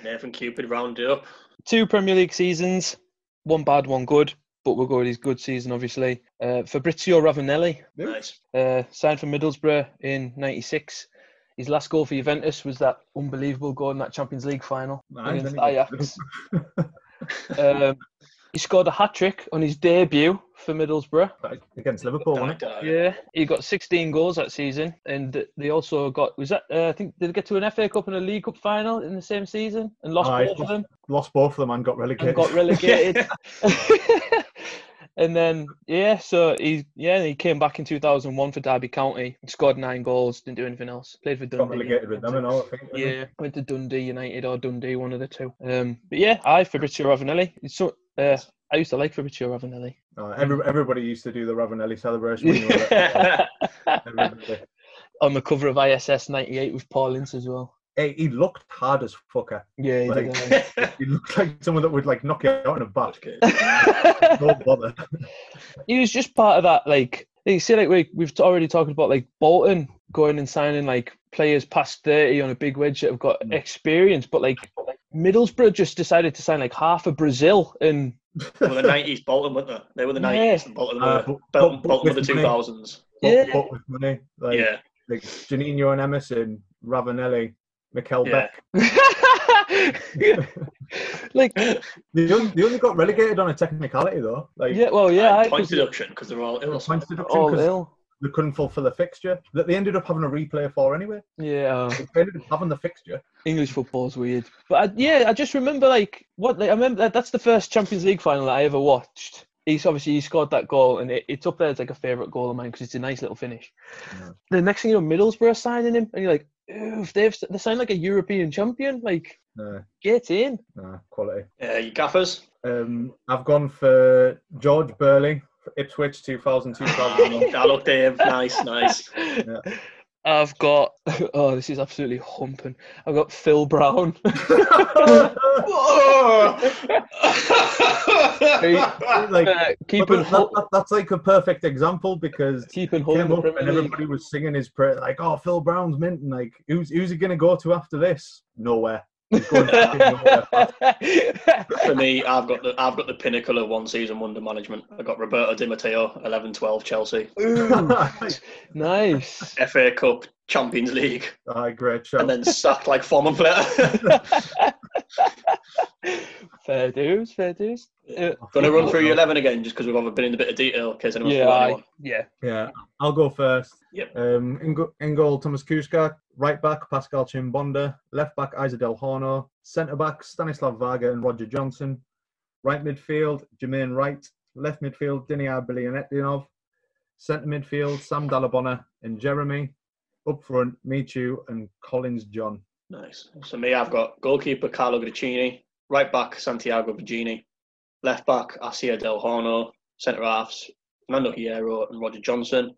Speaker 7: Nathan Cupid round it up.
Speaker 5: Two Premier League seasons, one bad, one good, but we'll go with his good season, obviously. Uh, Fabrizio Ravanelli
Speaker 7: Nice.
Speaker 5: uh, signed for Middlesbrough in 96. His last goal for Juventus was that unbelievable goal in that Champions League final
Speaker 6: Aye,
Speaker 5: against
Speaker 6: didn't he?
Speaker 5: Ajax. um, he scored a hat trick on his debut for Middlesbrough.
Speaker 6: Like, against Liverpool, wasn't it?
Speaker 5: Yeah, he got 16 goals that season, and they also got was that uh, I think did they get to an FA Cup and a League Cup final in the same season and lost
Speaker 6: Aye.
Speaker 5: both of them
Speaker 6: Lost both of them and got relegated.
Speaker 5: and got relegated. and then yeah, so he yeah he came back in 2001 for Derby County, scored nine goals, didn't do anything else. Played for Dundee.
Speaker 6: got relegated with them and all, I think. didn't
Speaker 5: Yeah, went to Dundee United or Dundee, one of the two. Um, but yeah, I Fabrizio Ravanelli. It's So uh, I used to like Fabrizio Ravanelli.
Speaker 6: they? Uh, every, everybody used to do the Ravanelli celebration. when you were little. Everybody.
Speaker 5: On the cover of ISS '98 with Paul Ince as well.
Speaker 6: Hey, he looked hard as fucker.
Speaker 5: Yeah, he
Speaker 6: Like-
Speaker 5: did,
Speaker 6: He looked like someone that would like knock you out in a back.
Speaker 5: aye.
Speaker 6: No bother.
Speaker 5: he was just part of that like you see like we, we've already talked about like bolton going and signing like players past 30 on a big wedge that have got
Speaker 6: Mm.
Speaker 5: experience but like middlesbrough just decided to sign like half of brazil and
Speaker 7: Well, the nineties Bolton, weren't they? They were the
Speaker 5: Yeah.
Speaker 7: nineties and Bolton
Speaker 6: Uh,
Speaker 7: were
Speaker 6: but-
Speaker 7: Bolton,
Speaker 6: but-
Speaker 7: Bolton were the
Speaker 6: with
Speaker 7: two
Speaker 6: money.
Speaker 7: thousands.
Speaker 6: But,
Speaker 5: Yeah.
Speaker 6: but with money. Like,
Speaker 7: Yeah.
Speaker 6: like Janino and Emerson, Ravanelli, Mikel
Speaker 7: Yeah.
Speaker 6: Beck.
Speaker 5: like
Speaker 6: They only, they only got relegated on a technicality though. Like
Speaker 5: yeah well yeah
Speaker 7: And
Speaker 5: I,
Speaker 7: point deduction because they're all ill.
Speaker 6: points deduction
Speaker 5: all
Speaker 6: 'cause
Speaker 5: ill
Speaker 6: they couldn't fulfill the fixture that they ended up having a replay for anyway.
Speaker 5: yeah uh,
Speaker 6: They ended up having the fixture.
Speaker 5: english football's weird but I, yeah i just remember like what like, i remember that, that's the first champions league final that i ever watched he's obviously he scored that goal and it, it's up there as like a favorite goal of mine because it's a nice little finish the next thing you know, Middlesbrough signing him, and you're like, "Ooh, if they've they signed like a European champion, like
Speaker 6: No,
Speaker 5: get in.
Speaker 6: no, quality.
Speaker 7: Yeah, uh, you gaffers.
Speaker 6: Um, I've gone for George Burley, for Ipswich 2000, 2001.
Speaker 7: I look Dave. Nice, nice.
Speaker 5: I've got oh, this is absolutely humping. I've got Phil Brown.
Speaker 6: like,
Speaker 5: Uh,
Speaker 6: but
Speaker 5: keeping
Speaker 6: that-
Speaker 5: Hull,
Speaker 6: that- that's like a perfect example because
Speaker 5: keeping Hull in
Speaker 6: came
Speaker 5: the
Speaker 6: up and
Speaker 5: Premier League.
Speaker 6: everybody was singing his prayer, like, "Oh, Phil Brown's mint," and like, "Who's who's he gonna go to after this?" Nowhere. He's going fucking nowhere.
Speaker 7: For me, I've got the I've got the pinnacle of one season wonder management. I got Roberto Di Matteo, 11-12 Chelsea,
Speaker 5: Ooh, nice.
Speaker 7: FA Cup, Champions League,
Speaker 6: Aye, great show.
Speaker 7: and then sacked like former player.
Speaker 5: fair dues, fair dues. Uh,
Speaker 7: Going to run through your 11 again just because we've all been in a bit of detail in case anyone's
Speaker 5: yeah,
Speaker 7: forgotten
Speaker 5: I,
Speaker 7: anyone.
Speaker 5: yeah.
Speaker 6: Yeah, I'll go first.
Speaker 7: Yep.
Speaker 6: Um, in, go- in goal, Thomas Kuska. Right back, Pascal Chimbonda. Left back, Isadel Horno. Centre back, Stanislav Varga and Roger Johnson. Right midfield, Jermaine Wright. Left midfield, Diniar Bilionetinov. Centre midfield, Sam Dalabona and Jeremy. Up front, Michu and Collins John.
Speaker 7: Nice. So me, I've got goalkeeper Carlo Gracini, right back Santiago Virgini, left back Asia Del Horno, centre halves Fernando Hierro and Roger Johnson,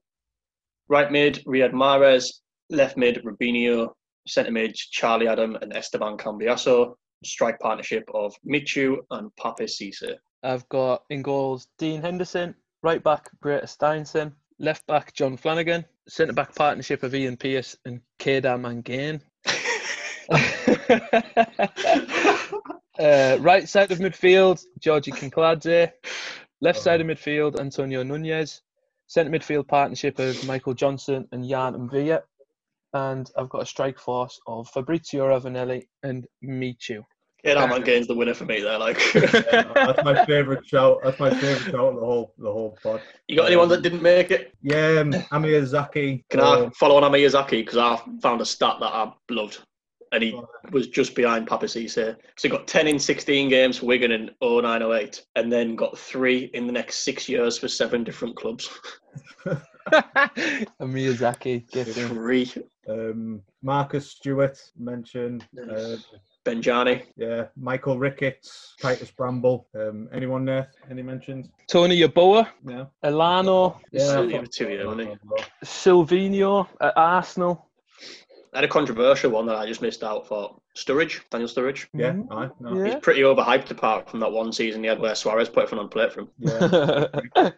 Speaker 7: right mid Riyad Mahrez, left mid Rubinho, centre mid Charlie Adam and Esteban Cambiaso, strike partnership of Michu and Pape Cisse.
Speaker 5: I've got in goals Dean Henderson, right back Greta Steinson, left back John Flanagan, centre back partnership of Ian Pearce and Kedar Mangain. uh, right side of midfield, Georgie Kinkladze. Left side of midfield, Antonio Nunez. Centre midfield partnership of Michael Johnson and Jan Mvia. And I've got a strike force of Fabrizio Ravanelli and Michu.
Speaker 7: Yeah, that man gains the winner for me there. Like,
Speaker 6: That's my favourite shout. That's my favourite shout of the whole the whole pod.
Speaker 7: you got anyone that didn't make it?
Speaker 6: Yeah, um, Amir Zaki.
Speaker 7: Can
Speaker 5: Uh,
Speaker 7: I follow on on Miyazaki? Because I found a stat that I loved. And he was just behind Papa Cisse. So he got 10 in 16 games for Wigan in 0908, and then got three in the next six years for seven different clubs.
Speaker 5: and Miyazaki gets in.
Speaker 7: Three.
Speaker 6: um, Marcus Stewart mentioned. Uh,
Speaker 7: Benjani.
Speaker 6: yeah, Michael Ricketts, Titus Bramble. Um, anyone there? Any mentions?
Speaker 5: Tony Yaboa,
Speaker 6: No.
Speaker 5: Elano,
Speaker 7: Yeah,
Speaker 6: I
Speaker 7: he
Speaker 6: thought-
Speaker 7: was two year, wasn't he?
Speaker 5: Silvino at Arsenal.
Speaker 7: I had a controversial one that I just missed out for Sturridge, Daniel Sturridge.
Speaker 6: Yeah, aye, no.
Speaker 5: Yeah.
Speaker 7: He's pretty overhyped apart from that one season he had where Suarez put it from on plate from.
Speaker 6: yeah,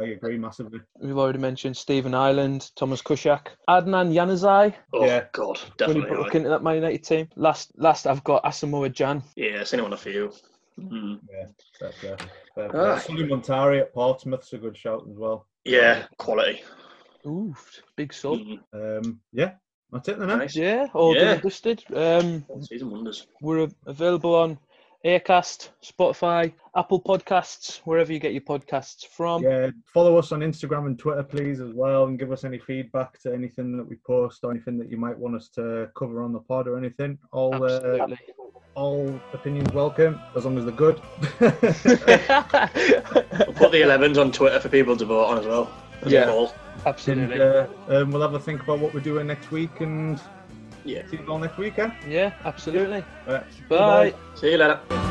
Speaker 6: I agree massively.
Speaker 5: Mm. We've already mentioned Stephen Ireland, Thomas Kushak, Adnan Yanazai.
Speaker 7: Oh,
Speaker 6: Yeah.
Speaker 5: When
Speaker 7: God.
Speaker 5: he put
Speaker 7: Definitely.
Speaker 5: Hook into that Man United team. Last, last I've got Asamoah Jan.
Speaker 7: yeah, seen him on a few. Mm.
Speaker 6: Fair play, fair play.
Speaker 7: Ah.
Speaker 6: Sully Montari at Portsmouth's a good shout as well.
Speaker 7: Yeah, quality.
Speaker 5: Oof, big sub.
Speaker 7: Mm.
Speaker 6: Um, yeah, that's it then. eh?
Speaker 7: Nice.
Speaker 5: Yeah, all done
Speaker 7: Yeah.
Speaker 5: and dusted. Um,
Speaker 7: Season wonders.
Speaker 5: we're av- available on Aircast, Spotify, Apple Podcasts, wherever you get your podcasts from.
Speaker 6: Yeah, follow us on Instagram and Twitter, please, as well, and give us any feedback to anything that we post or anything that you might want us to cover on the pod or anything. All uh,
Speaker 5: Absolutely.
Speaker 6: all opinions welcome, as long as they're good.
Speaker 7: We'll put the 11s on Twitter for people to vote on as well. As
Speaker 5: Yeah.
Speaker 7: a poll.
Speaker 6: and
Speaker 5: Absolutely.
Speaker 6: uh, um, we'll have a think about what we're doing next week and
Speaker 7: Yeah.
Speaker 6: see you all next week, eh?
Speaker 5: Yeah, absolutely.
Speaker 6: Right.
Speaker 5: Bye.
Speaker 7: See you later.